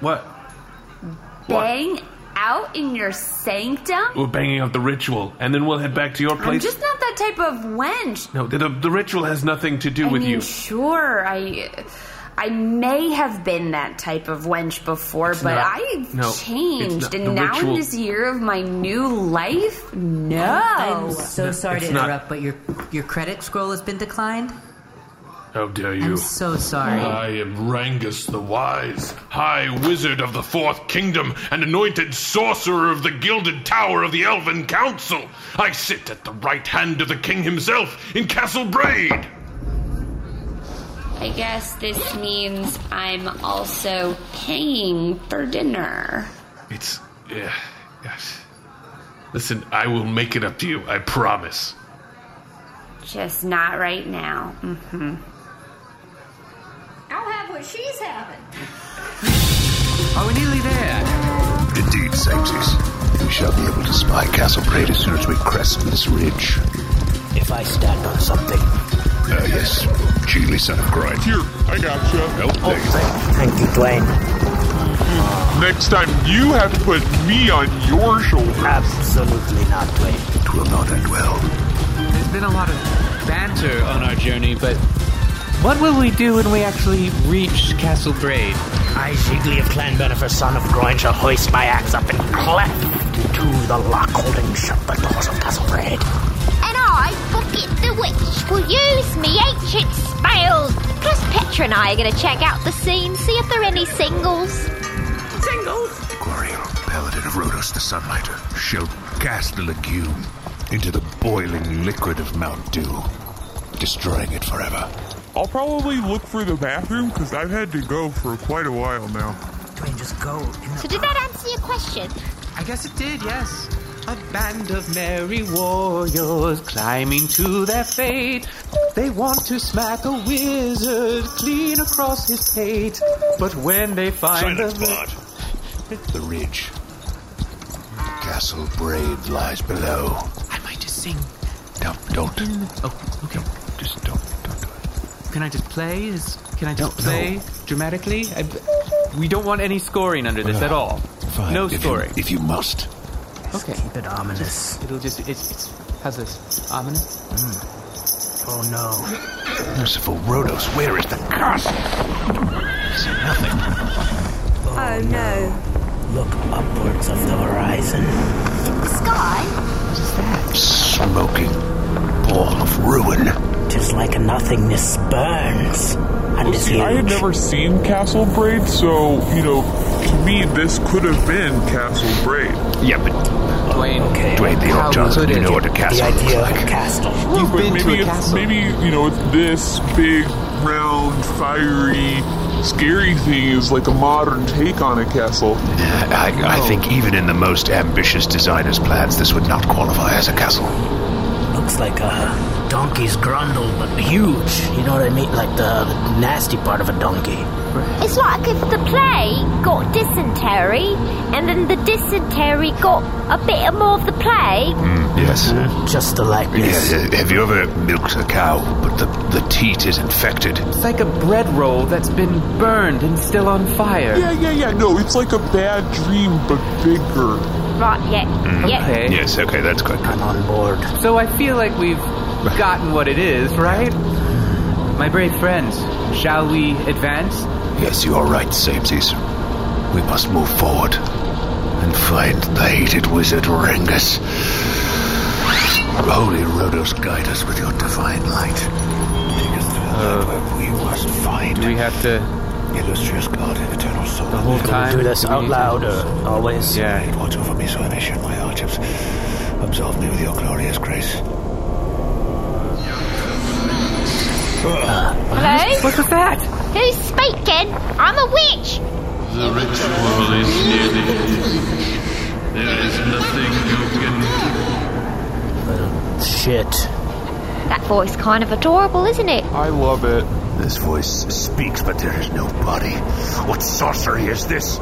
Speaker 13: what what?
Speaker 14: Bang out in your sanctum?
Speaker 13: we're banging out the ritual and then we'll head back to your
Speaker 14: I'm
Speaker 13: place
Speaker 14: just not that type of wench.
Speaker 13: no the, the ritual has nothing to do
Speaker 14: I
Speaker 13: with
Speaker 14: mean,
Speaker 13: you
Speaker 14: sure, I I may have been that type of wench before, but
Speaker 13: not-
Speaker 14: I've
Speaker 13: no, it's
Speaker 14: changed,
Speaker 13: not-
Speaker 14: and
Speaker 13: the
Speaker 14: now
Speaker 13: ritual-
Speaker 14: in this year of my new life, no.
Speaker 21: I'm so sorry to
Speaker 13: not-
Speaker 14: Uh,
Speaker 21: interrupt, but your your credit scroll has been declined.
Speaker 13: How dare you?
Speaker 6: I'm so sorry.
Speaker 13: I am Rangus the Wise, High Wizard of the Fourth Kingdom, and anointed sorcerer of the Gilded Tower of the Elven Council. I sit at the right hand of the king himself in Castle Braid.
Speaker 14: I guess this means I'm also paying for dinner.
Speaker 13: It's. Yeah, yes. Listen, I will make it up to you, I promise.
Speaker 14: Just not right now. hmm
Speaker 22: I'll have what she's having.
Speaker 23: Are we nearly there?
Speaker 5: Indeed, Sanctus. We shall be able to spy Castle Braid as soon as we crest this ridge.
Speaker 10: If I stand on something.
Speaker 5: Ah, yes. Cheely, son of Grind.
Speaker 9: Here, I gotcha.
Speaker 5: Help
Speaker 10: Thank you, Dwayne.
Speaker 9: Hmm, Next time, you have to put me on your shoulders.
Speaker 10: Absolutely not, Dwayne.
Speaker 5: It will not end well.
Speaker 23: There's been a lot of banter on our journey, but
Speaker 3: What will we do when we actually reach Castle Braid?
Speaker 10: I, Zigli of Clan Benefer, son of Groin, shall hoist my axe up and cleft into the lock holding shut the doors of Castle Braid.
Speaker 1: And I, Bucket the Witch, will use me ancient spells. Plus, Petra and I are going to check out the scene, see if there are any singles.
Speaker 24: Singles?
Speaker 5: Gloriel, paladin of Rhodos the Sunlighter, shall cast the legume into the boiling liquid of Mount Dew, destroying it forever.
Speaker 9: I'll probably look for the bathroom because I've had to go for quite a while now.
Speaker 6: Dwayne, just go.
Speaker 10: oh,
Speaker 1: So, did that answer your question?
Speaker 3: I guess it did, yes. A band of merry warriors climbing to their fate. They want to smack a wizard clean across his pate. But when they find
Speaker 5: Silence,
Speaker 3: the
Speaker 5: Bard. The ridge. Castle Braid lies below.
Speaker 3: I might just sing.
Speaker 5: No, don't.
Speaker 3: Oh, okay.
Speaker 5: Just don't.
Speaker 3: Can I just play? Is, can I just play dramatically? I, we don't want any scoring under this at all.
Speaker 5: Fine.
Speaker 3: No
Speaker 5: if you-
Speaker 3: scoring.
Speaker 5: if you must.
Speaker 3: okay. Keep it ominous. it'll just. It's, it's. How's this? Ominous.
Speaker 10: Oh no.
Speaker 5: Merciful Rhodos, where is the castle? Is it nothing?
Speaker 22: Oh no.
Speaker 10: Look upwards of the horizon.
Speaker 22: The sky?
Speaker 5: Smoking ball of ruin.
Speaker 10: Tis like a nothingness burns. And is
Speaker 9: See, I had
Speaker 10: huge.
Speaker 9: never seen Castle Braid, so, you know, to me, this could have been Castle Braid.
Speaker 5: Yeah, but
Speaker 23: Dwayne.
Speaker 5: Dwayne the
Speaker 23: How
Speaker 5: Old Johnson,
Speaker 23: could
Speaker 5: you
Speaker 23: it?
Speaker 5: know what a castle
Speaker 10: the
Speaker 5: looks
Speaker 10: idea
Speaker 5: like.
Speaker 10: of a castle.
Speaker 3: You've
Speaker 9: But
Speaker 3: been
Speaker 9: maybe
Speaker 3: to a
Speaker 9: it's
Speaker 3: castle.
Speaker 9: maybe you know it's this big, round, fiery, scary thing is like a modern take on a castle.
Speaker 5: I, I think even in the most ambitious designer's plans, this would not qualify as a castle.
Speaker 10: Looks like a donkey's grundle, but huge. You know what I mean? Like the, the nasty part of a donkey.
Speaker 1: It's like if the play got dysentery, and then the dysentery got a bit more of the plague.
Speaker 3: Hmm.
Speaker 5: Yes.
Speaker 10: Just the likeness.
Speaker 5: Yeah, have you ever milked a cow, but the, the teat is infected?
Speaker 3: It's like a bread roll that's been burned and still on fire.
Speaker 9: Yeah, yeah, yeah. No, it's like a bad dream, but bigger.
Speaker 1: Right, yeah, yeah.
Speaker 3: Okay.
Speaker 5: Yes, okay, that's good.
Speaker 10: I'm on board.
Speaker 3: So I feel like we've gotten what it is, right? My brave friends, shall we advance?
Speaker 5: Yes, you are right, Samesies. We must move forward and find the hated wizard Rengus. Holy Rhodos, guide us with your divine light. Take us to the land where we must find
Speaker 3: Uh, Do we have to
Speaker 5: illustrious God and eternal soul.
Speaker 3: the whole time?
Speaker 10: do this out loud, uh, always.
Speaker 3: Yeah.
Speaker 5: Guide, watch over me so I may share my hardships. Absolve me with your glorious grace.
Speaker 10: Ah,
Speaker 1: Hello?
Speaker 3: What was that?
Speaker 1: Who's speaking? I'm a witch.
Speaker 13: The ritual is nearly There is nothing you can
Speaker 10: Shit.
Speaker 1: That voice kind of adorable, isn't it?
Speaker 9: I love it.
Speaker 5: This voice speaks, but there is no body. What sorcery is this?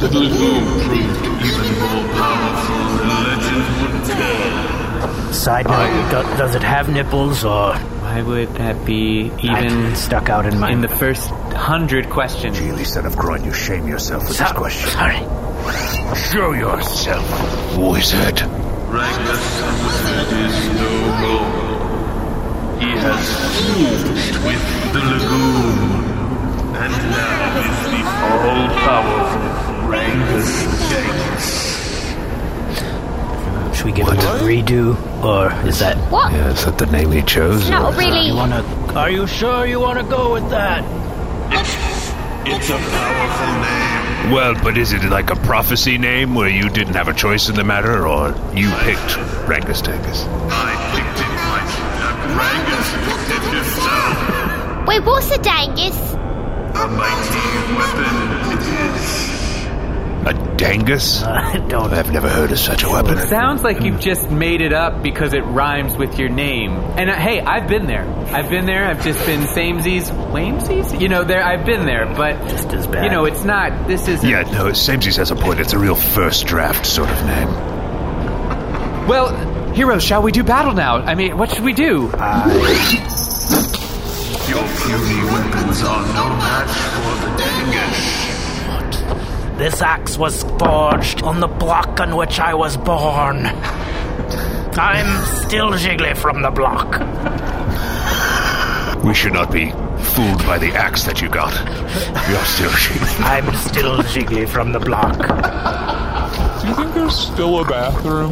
Speaker 13: The lagoon proved even more powerful than legend would tell.
Speaker 10: Side
Speaker 5: Oh,
Speaker 10: note, do, does it have nipples or
Speaker 3: Why would that be even
Speaker 10: even stuck out in my
Speaker 3: in the first hundred questions?
Speaker 5: Really, son of Groin, you shame yourself with this
Speaker 10: So-
Speaker 5: question.
Speaker 10: Sorry.
Speaker 5: Show yourself, wizard.
Speaker 13: Ragnus is no more. He has fused with the lagoon. And now is the all-powerful Rangus Gangus.
Speaker 10: Should we give him a redo, or is that?
Speaker 1: What?
Speaker 5: Yeah, is that the name he chose?
Speaker 1: It's not
Speaker 5: or is that-
Speaker 1: really-
Speaker 10: You wanna? Are you sure you wanna go with that?
Speaker 6: It's a powerful name.
Speaker 5: Well, but is it like a prophecy name where you didn't have a choice in the matter, or you picked Rangus Tangus?
Speaker 6: I picked it myself. Rangus picked it himself.
Speaker 25: Wait, what's a dangus?
Speaker 6: A mighty weapon it is.
Speaker 5: A Dangus? I don't. I've never heard of such a weapon.
Speaker 3: It sounds like you've
Speaker 5: Mm.
Speaker 3: just made it up because it rhymes with your name. And uh, hey, I've been there. I've been there. I've just been samesies, wamesies. You know, there. I've been there, but just as bad. You know, it's not. This is.
Speaker 5: Yeah, no, Samesies has a point. It's a real first draft sort of name.
Speaker 3: Well, heroes, shall we do battle now? I mean, what should we do?
Speaker 5: Uh,
Speaker 6: Your puny weapons are no match for the Dangus.
Speaker 10: This axe was forged on the block on which I was born. I'm still Jiggly from the block.
Speaker 5: We should not be fooled by the axe that you got. You're still Jiggly.
Speaker 10: I'm still Jiggly from the block.
Speaker 9: Do you think there's still a bathroom?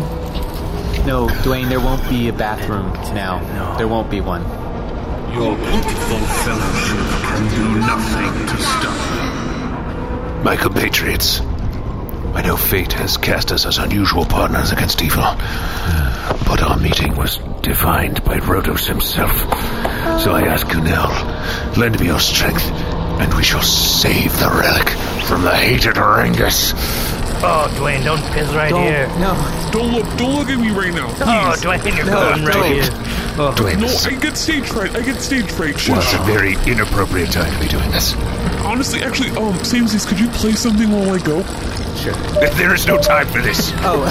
Speaker 3: No, Dwayne, there won't be a bathroom now. There won't be one.
Speaker 6: Your pitiful fellowship can do nothing to stop me.
Speaker 5: My compatriots, I know fate has cast us as unusual partners against evil, but our meeting was defined by Rhodos himself. So I ask you now, lend me your strength, and we shall save the relic from the hated Rangus.
Speaker 10: Oh, Dwayne, don't piss right
Speaker 5: Don't.
Speaker 10: here.
Speaker 9: No. Don't look. Don't look at me right now.
Speaker 10: Oh,
Speaker 9: please.
Speaker 10: Dwayne, you're going right here.
Speaker 5: Oh. Dwayne,
Speaker 9: No,
Speaker 5: this-
Speaker 9: I get stage fright. I get stage fright. Shut
Speaker 5: well, it's a
Speaker 9: up.
Speaker 5: very inappropriate time to be doing this.
Speaker 9: Honestly, actually, um, Samesies, could you play something while I go?
Speaker 5: Sure. There is no time for this.
Speaker 3: Oh.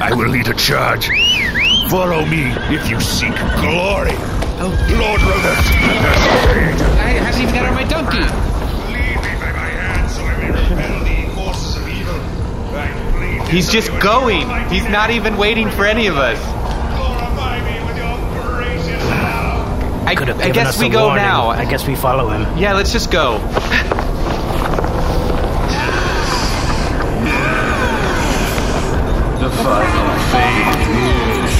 Speaker 5: I will lead a charge. Follow me if you seek glory. Lord Rhodes has paid.
Speaker 3: I haven't even got on my donkey. He's just going. He's not even waiting for any of us. I,
Speaker 10: Could have
Speaker 3: I
Speaker 10: given
Speaker 3: guess
Speaker 10: us
Speaker 3: we
Speaker 10: a
Speaker 3: go
Speaker 10: warning.
Speaker 3: now.
Speaker 10: I guess we follow him.
Speaker 3: Yeah, let's just go.
Speaker 6: The final fade moves.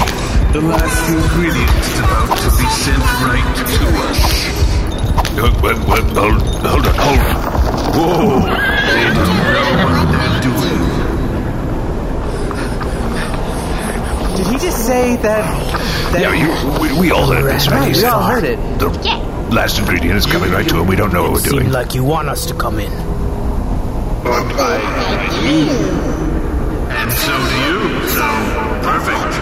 Speaker 6: The last ingredient is about to be sent right to us.
Speaker 5: Uh, well, well, Hold, hold on, hold on. Whoa!
Speaker 6: They don't know what they're doing.
Speaker 3: Did he just say that?
Speaker 5: Yeah, you, we, we all heard this, right? He
Speaker 3: we
Speaker 5: said
Speaker 3: all heard it.
Speaker 5: The last ingredient is coming right to him. We don't know what we're doing.
Speaker 10: Seem like you want us to come in.
Speaker 6: And so do you. So, perfect.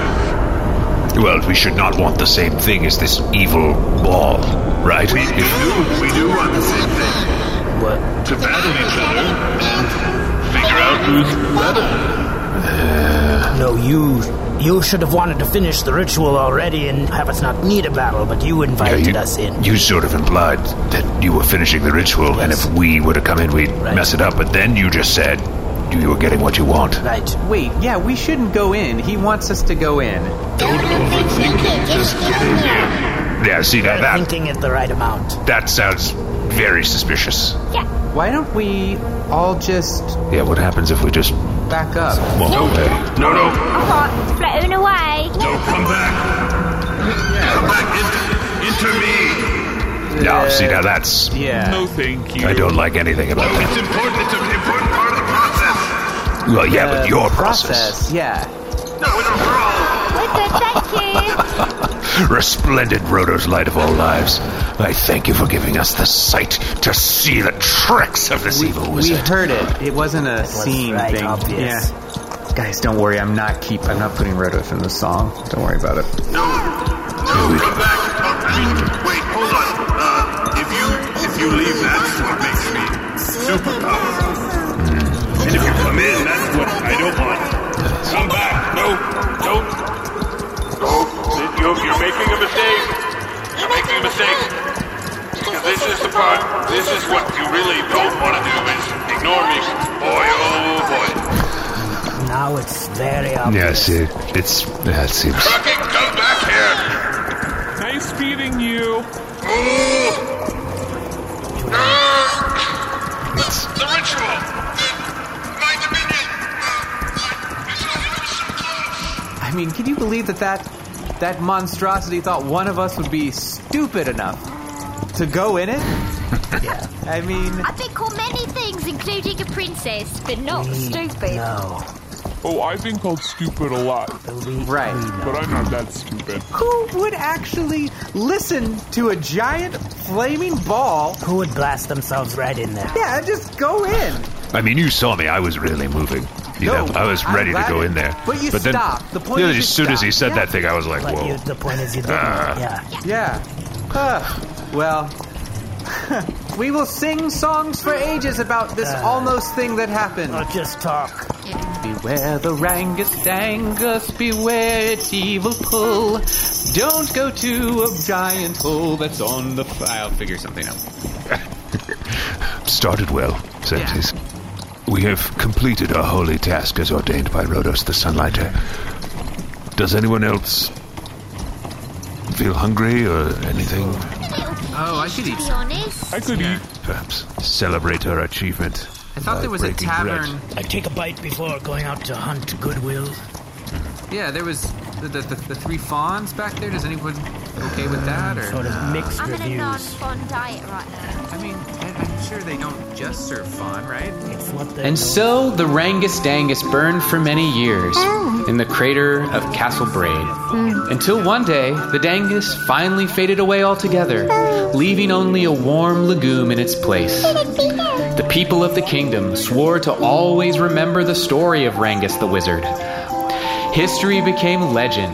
Speaker 5: Well, we should not want the same thing as this evil ball, right?
Speaker 6: do, we do want the same thing.
Speaker 10: What?
Speaker 6: To battle each other and figure out who's better.
Speaker 10: No, you you should have wanted to finish the ritual already and have us not need a battle, but you invited
Speaker 5: you,
Speaker 10: us in.
Speaker 5: you sort of implied that you were finishing the ritual, and if we were to come in, we'd mess it up. But then you just said you you were getting what you want.
Speaker 3: Right. Wait, yeah, we shouldn't go in. He wants us to go in.
Speaker 6: Don't overthink it, just get in there.
Speaker 5: Yeah, see now that
Speaker 10: Thinking it the right amount.
Speaker 5: that sounds very suspicious.
Speaker 3: Why don't we all just
Speaker 5: Yeah, what happens if we just
Speaker 3: back up?
Speaker 5: walk away?
Speaker 6: No, no,
Speaker 1: I got floating away.
Speaker 6: don't come back. Come back into, into me.
Speaker 5: No, see now that's
Speaker 3: Yeah.
Speaker 9: No, thank you.
Speaker 5: I don't like anything about
Speaker 6: Oh,
Speaker 5: that.
Speaker 6: It's important, it's an important part of the process.
Speaker 5: Well, yeah, but your process.
Speaker 3: process. Yeah.
Speaker 1: We're good, thank you.
Speaker 5: Resplendent Roto's light of all lives. I thank you for giving us the sight to see the tricks of this evil
Speaker 3: We
Speaker 5: wizard.
Speaker 3: heard it. It wasn't a scene
Speaker 10: right
Speaker 3: thing.
Speaker 10: obvious.
Speaker 3: Yeah. Guys, don't worry. I'm not keep. I'm not putting Rodolph in the song. Don't worry about it.
Speaker 6: No, no, come back. Oh, I mean, wait, hold on. Uh, if you if you leave, that's what makes me super powerful. And if you come in, that's what I don't want. Come back. No, don't. Don't. You're, you're making a mistake. You're making a mistake. Because this is the part. This is what you really don't want to do is ignore me. Boy, oh boy.
Speaker 10: Now it's very
Speaker 5: Yeah,
Speaker 10: obvious.
Speaker 5: see, it's that seems.
Speaker 6: Crockett, come back here.
Speaker 9: Nice beating you.
Speaker 6: Ooh. Ah! That's the ritual. My dominion.
Speaker 10: I
Speaker 6: I mean, can you believe that that that monstrosity thought one of us would be stupid enough to go in it? yeah. I mean,
Speaker 1: I've been called many things, including a princess, but not
Speaker 10: Mm,
Speaker 1: stupid.
Speaker 9: Oh, I've been called stupid a lot.
Speaker 6: Right.
Speaker 9: But I'm not that stupid.
Speaker 6: who would actually listen to a giant flaming ball? Who would blast themselves right in there? Yeah, just go in.
Speaker 5: I mean, you saw me. I was really moving. You
Speaker 6: No,
Speaker 5: know, I was
Speaker 6: I'm
Speaker 5: ready to
Speaker 6: glad
Speaker 5: go
Speaker 6: you-
Speaker 5: in there.
Speaker 6: but you
Speaker 5: then,
Speaker 6: stopped. The point
Speaker 5: yeah,
Speaker 6: is you
Speaker 5: as soon as he
Speaker 6: stopped.
Speaker 5: said
Speaker 6: Yeah.
Speaker 5: that thing, I was like,
Speaker 6: But
Speaker 5: whoa.
Speaker 6: you- the point is you
Speaker 10: didn't.
Speaker 5: Ah.
Speaker 6: Yeah. Huh. well, we will sing songs for ages about this almost thing that happened. Or Ah. just talk. Beware the Rangus Dangus, beware its evil pull. Don't go to a giant hole that's on the. F-
Speaker 26: I'll figure something out.
Speaker 5: Started well, Xerxes. We have completed our holy task as ordained by Rhodos the Sunlighter. Does anyone else feel hungry or anything?
Speaker 1: Oh, I could eat. Be honest.
Speaker 9: I could
Speaker 5: eat. Perhaps celebrate our achievement.
Speaker 10: I thought
Speaker 5: by
Speaker 10: there was a
Speaker 5: breaking
Speaker 10: tavern-
Speaker 5: bread.
Speaker 10: I take a bite before going out to hunt goodwill.
Speaker 6: yeah, there was the, the, the, the three fawns back there. Does anyone okay with that? Or
Speaker 10: Sort of mixed
Speaker 1: I'm in a non-fun diet right now.
Speaker 6: I mean, I'm sure they don't just serve fun, right?
Speaker 10: It's what they.
Speaker 3: And so the Rangus Dangus burned for many years in the crater of Castle Braid. Until one day, the Dangus finally faded away altogether, leaving only a warm legume in its place. The people of the kingdom swore to always remember the story of Rangus the Wizard. History became legend,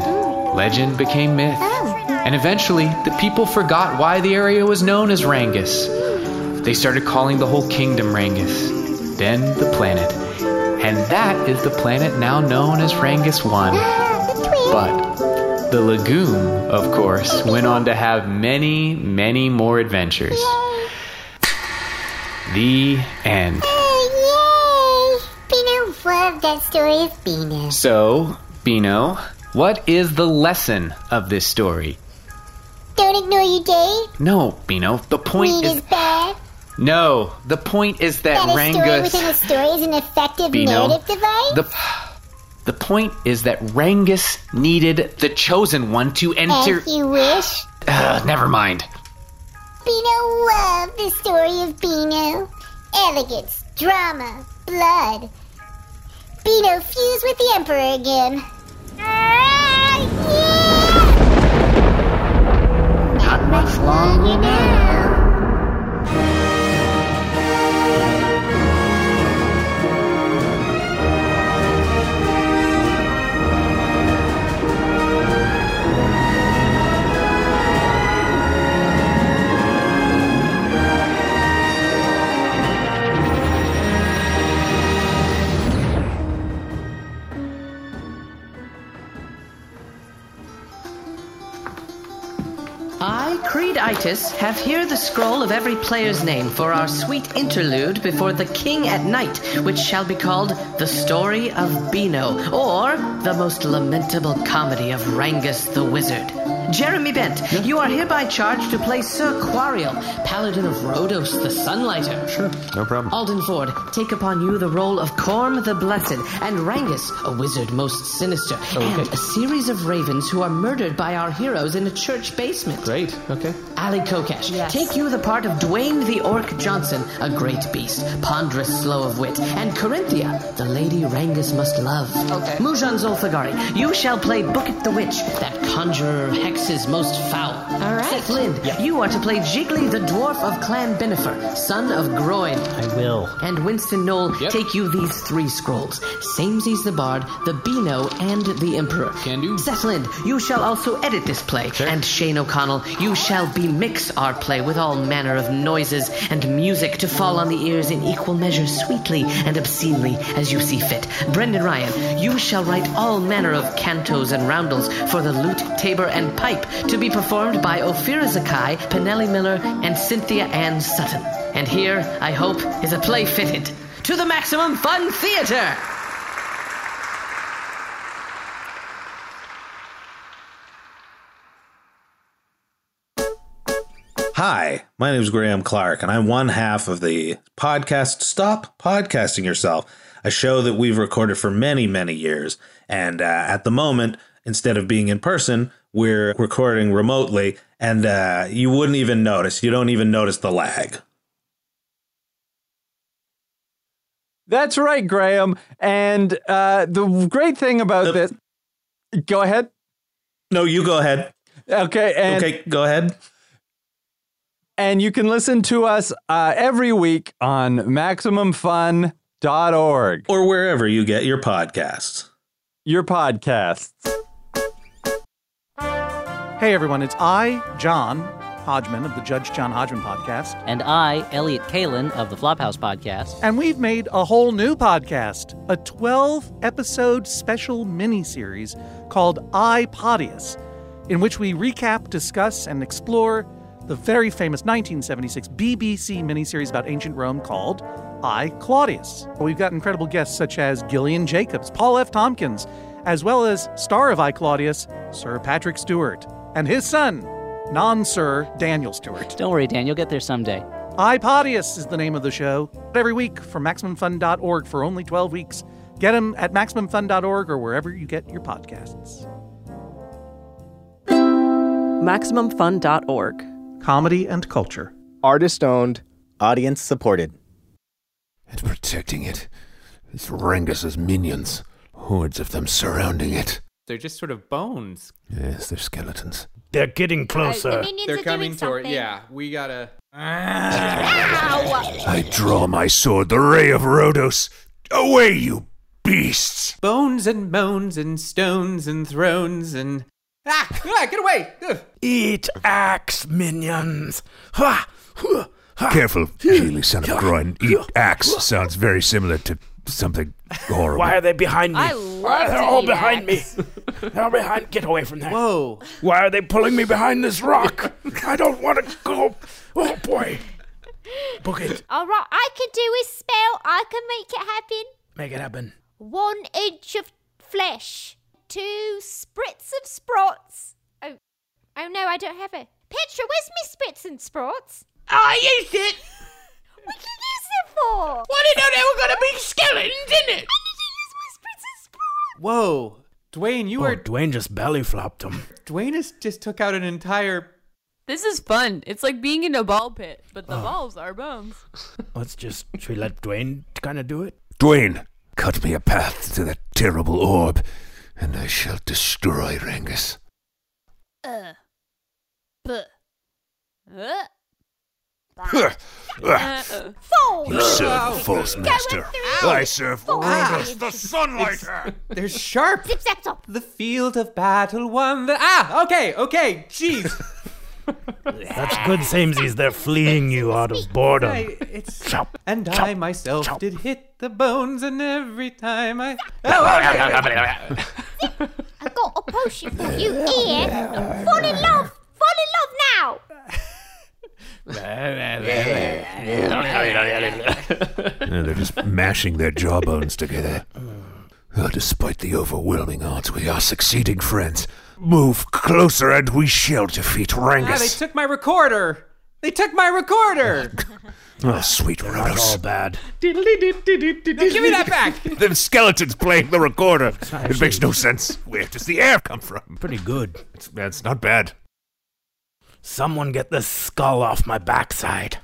Speaker 3: legend became myth, and eventually the people forgot why the area was known as Rangus. They started calling the whole kingdom Rangus, then the planet, and that is the planet now known as Rangus 1. But the legume, of course, went on to have many, many more adventures. The end.
Speaker 2: Yay! Pino loved that story of Pino.
Speaker 3: So, Bino, what is the lesson of this story?
Speaker 2: Don't ignore your day.
Speaker 3: No, Bino, the point
Speaker 2: Mean
Speaker 3: is.
Speaker 2: is bad.
Speaker 3: No, the point is that,
Speaker 2: That a story within
Speaker 3: Rangus.
Speaker 2: a story is an effective
Speaker 3: Beano.
Speaker 2: narrative device.
Speaker 3: The, the point is that Rangus needed the chosen one to enter.
Speaker 2: If you wish.
Speaker 3: Ugh, never mind.
Speaker 2: Pino loved the story of Pino. Elegance, drama, blood. Pino fused with the Emperor again.
Speaker 1: Not much longer now.
Speaker 15: I, Creeditis, have here the scroll of every player's name for our sweet interlude before the king at night, which shall be called The Story of Bino, or The Most Lamentable Comedy of Rangus the Wizard. Jeremy Bent, you are hereby charged to play Sir Quariel, Paladin of Rhodos the Sunlighter. Sure,
Speaker 5: no problem.
Speaker 15: Alden Ford, take upon you the role of Corm the Blessed, and Rangus, a wizard most sinister,
Speaker 26: Oh,
Speaker 15: and a series of ravens who are murdered by our heroes in a church basement.
Speaker 26: Great. Okay.
Speaker 15: Ali Kokesh, take you the part of Dwayne the Orc Johnson, a great beast, ponderous, slow of wit, and Corinthia, the lady Rangus must love. Okay. Mujan Zulfagari, you shall play Booket the Witch, that conjurer of hexes most foul. All right. Seth Lind, you are to play Jiggly the Dwarf of Clan Benifer, son of Groin. I will. And Winston Knoll, take you these three scrolls. Samesy's the Bard, the Beano, and the Emperor. Can do. Seth Lind, you shall also edit this play. And Shane O'Connell, you shall bemix our play with all manner of noises and music to fall on the ears in equal measure sweetly and obscenely as you see fit. Brendan Ryan, you shall write all manner of cantos and roundels for the lute, tabor, and pipe to be performed by Ophira Zakai, Penelope Miller, and Cynthia Ann Sutton. And here, I hope, is a play fitted to the Maximum Fun Theater!
Speaker 7: Hi, my name is Graham Clark, and I'm one half of the podcast Stop Podcasting Yourself, a show that we've recorded for many, many years. And uh, at the moment, instead of being in person, we're recording remotely, and uh, you wouldn't even notice. You don't even notice the lag.
Speaker 14: That's right, Graham. And uh, the great thing about this, go ahead.
Speaker 7: No, you go ahead.
Speaker 14: Okay. And,
Speaker 7: okay, go ahead.
Speaker 14: And you can listen to us uh, every week on MaximumFun.org
Speaker 7: or wherever you get your podcasts.
Speaker 14: Your podcasts.
Speaker 27: Hey everyone, it's I, John Hodgman of the Judge John Hodgman podcast.
Speaker 28: And I, Elliot Kalin of the Flophouse podcast.
Speaker 27: And we've made a whole new podcast, a 12 episode special miniseries called iPodius, in which we recap, discuss, and explore the very famous 1976 BBC miniseries about ancient Rome called I, Claudius. We've got incredible guests such as Gillian Jacobs, Paul F. Tompkins, as well as star of I, Claudius, Sir Patrick Stewart, and his son, non Sir Daniel Stewart.
Speaker 28: Don't worry, Dan, you'll get there someday.
Speaker 27: iPodius is the name of the show. Every week from MaximumFun.org for only 12 weeks. Get them at MaximumFun.org or wherever you get your podcasts.
Speaker 29: MaximumFun.org.
Speaker 27: Comedy and culture.
Speaker 30: Artist owned, audience supported.
Speaker 5: And protecting it is Rengus's minions, hordes of them surrounding it.
Speaker 12: They're just sort of bones.
Speaker 5: Yes, they're skeletons.
Speaker 10: They're
Speaker 2: Uh,
Speaker 10: getting closer.
Speaker 12: They're coming toward. Yeah, we gotta.
Speaker 2: Ah!
Speaker 5: I draw my sword, the Ray of Rhodos. Away, you beasts!
Speaker 3: Bones and moans and stones and thrones and.
Speaker 12: Ah, ah, get away! Ugh.
Speaker 10: Eat axe, minions. Ha! hua, ha.
Speaker 5: Careful, Healy, son of groin. Eat axe sounds very similar to something horrible.
Speaker 10: Why are they behind me?
Speaker 5: I
Speaker 10: Why are
Speaker 5: love
Speaker 10: they
Speaker 5: to
Speaker 10: all
Speaker 5: eat
Speaker 10: behind me? They're all behind. Get away from there. Whoa. Why are they pulling me behind this rock? I don't want to go. Oh, boy. Book it.
Speaker 31: All right, I can do a spell. I can make it happen.
Speaker 10: Make it happen.
Speaker 31: One inch of flesh, two spritz of sprouts. Oh, oh no, I don't have it. Petra, where's my spritz and sprouts?
Speaker 32: I used Ah, it.
Speaker 31: What did you use it for?
Speaker 32: Well, I didn't know there were gonna be skeletons in it.
Speaker 12: Whoa, Dwayne, you are.
Speaker 10: Oh, Dwayne just belly flopped him.
Speaker 12: Dwayne has just took out an entire.
Speaker 33: This is fun. It's like being in a ball pit, but the
Speaker 10: Oh.
Speaker 33: balls are bones.
Speaker 10: Let's just. Should we let Dwayne kind of do it?
Speaker 5: Dwayne, cut me a path to that terrible orb, and I shall destroy Rangus.
Speaker 33: Uh. But. Uh.
Speaker 14: Uh,
Speaker 5: Uh-oh. Ah. You serve the false master. I serve Rhodos, the sunlighter.
Speaker 3: They're sharp. Zip
Speaker 31: zap zop.
Speaker 3: The field of battle won the ah. Okay, okay. Jeez.
Speaker 10: That's good, Samesies. They're fleeing you out of boredom.
Speaker 3: I- it's and I myself did hit the bones, and every time I. Oh, okay.
Speaker 31: I got a potion for you, Ian. Fall in love. Fall in love now.
Speaker 5: Yeah, they're just mashing their jawbones together. Oh, despite the overwhelming odds, we are succeeding, friends. Move closer, and we shall defeat
Speaker 3: Ah, they
Speaker 5: Rangus.
Speaker 3: took my recorder. They took my recorder.
Speaker 5: Oh, sweet Rhodos.
Speaker 10: all bad.
Speaker 3: Give me that back.
Speaker 5: the skeletons playing the recorder. It makes no sense. Where does the air come from?
Speaker 10: Pretty good.
Speaker 5: It's, that's not bad.
Speaker 10: Someone get this skull off my backside.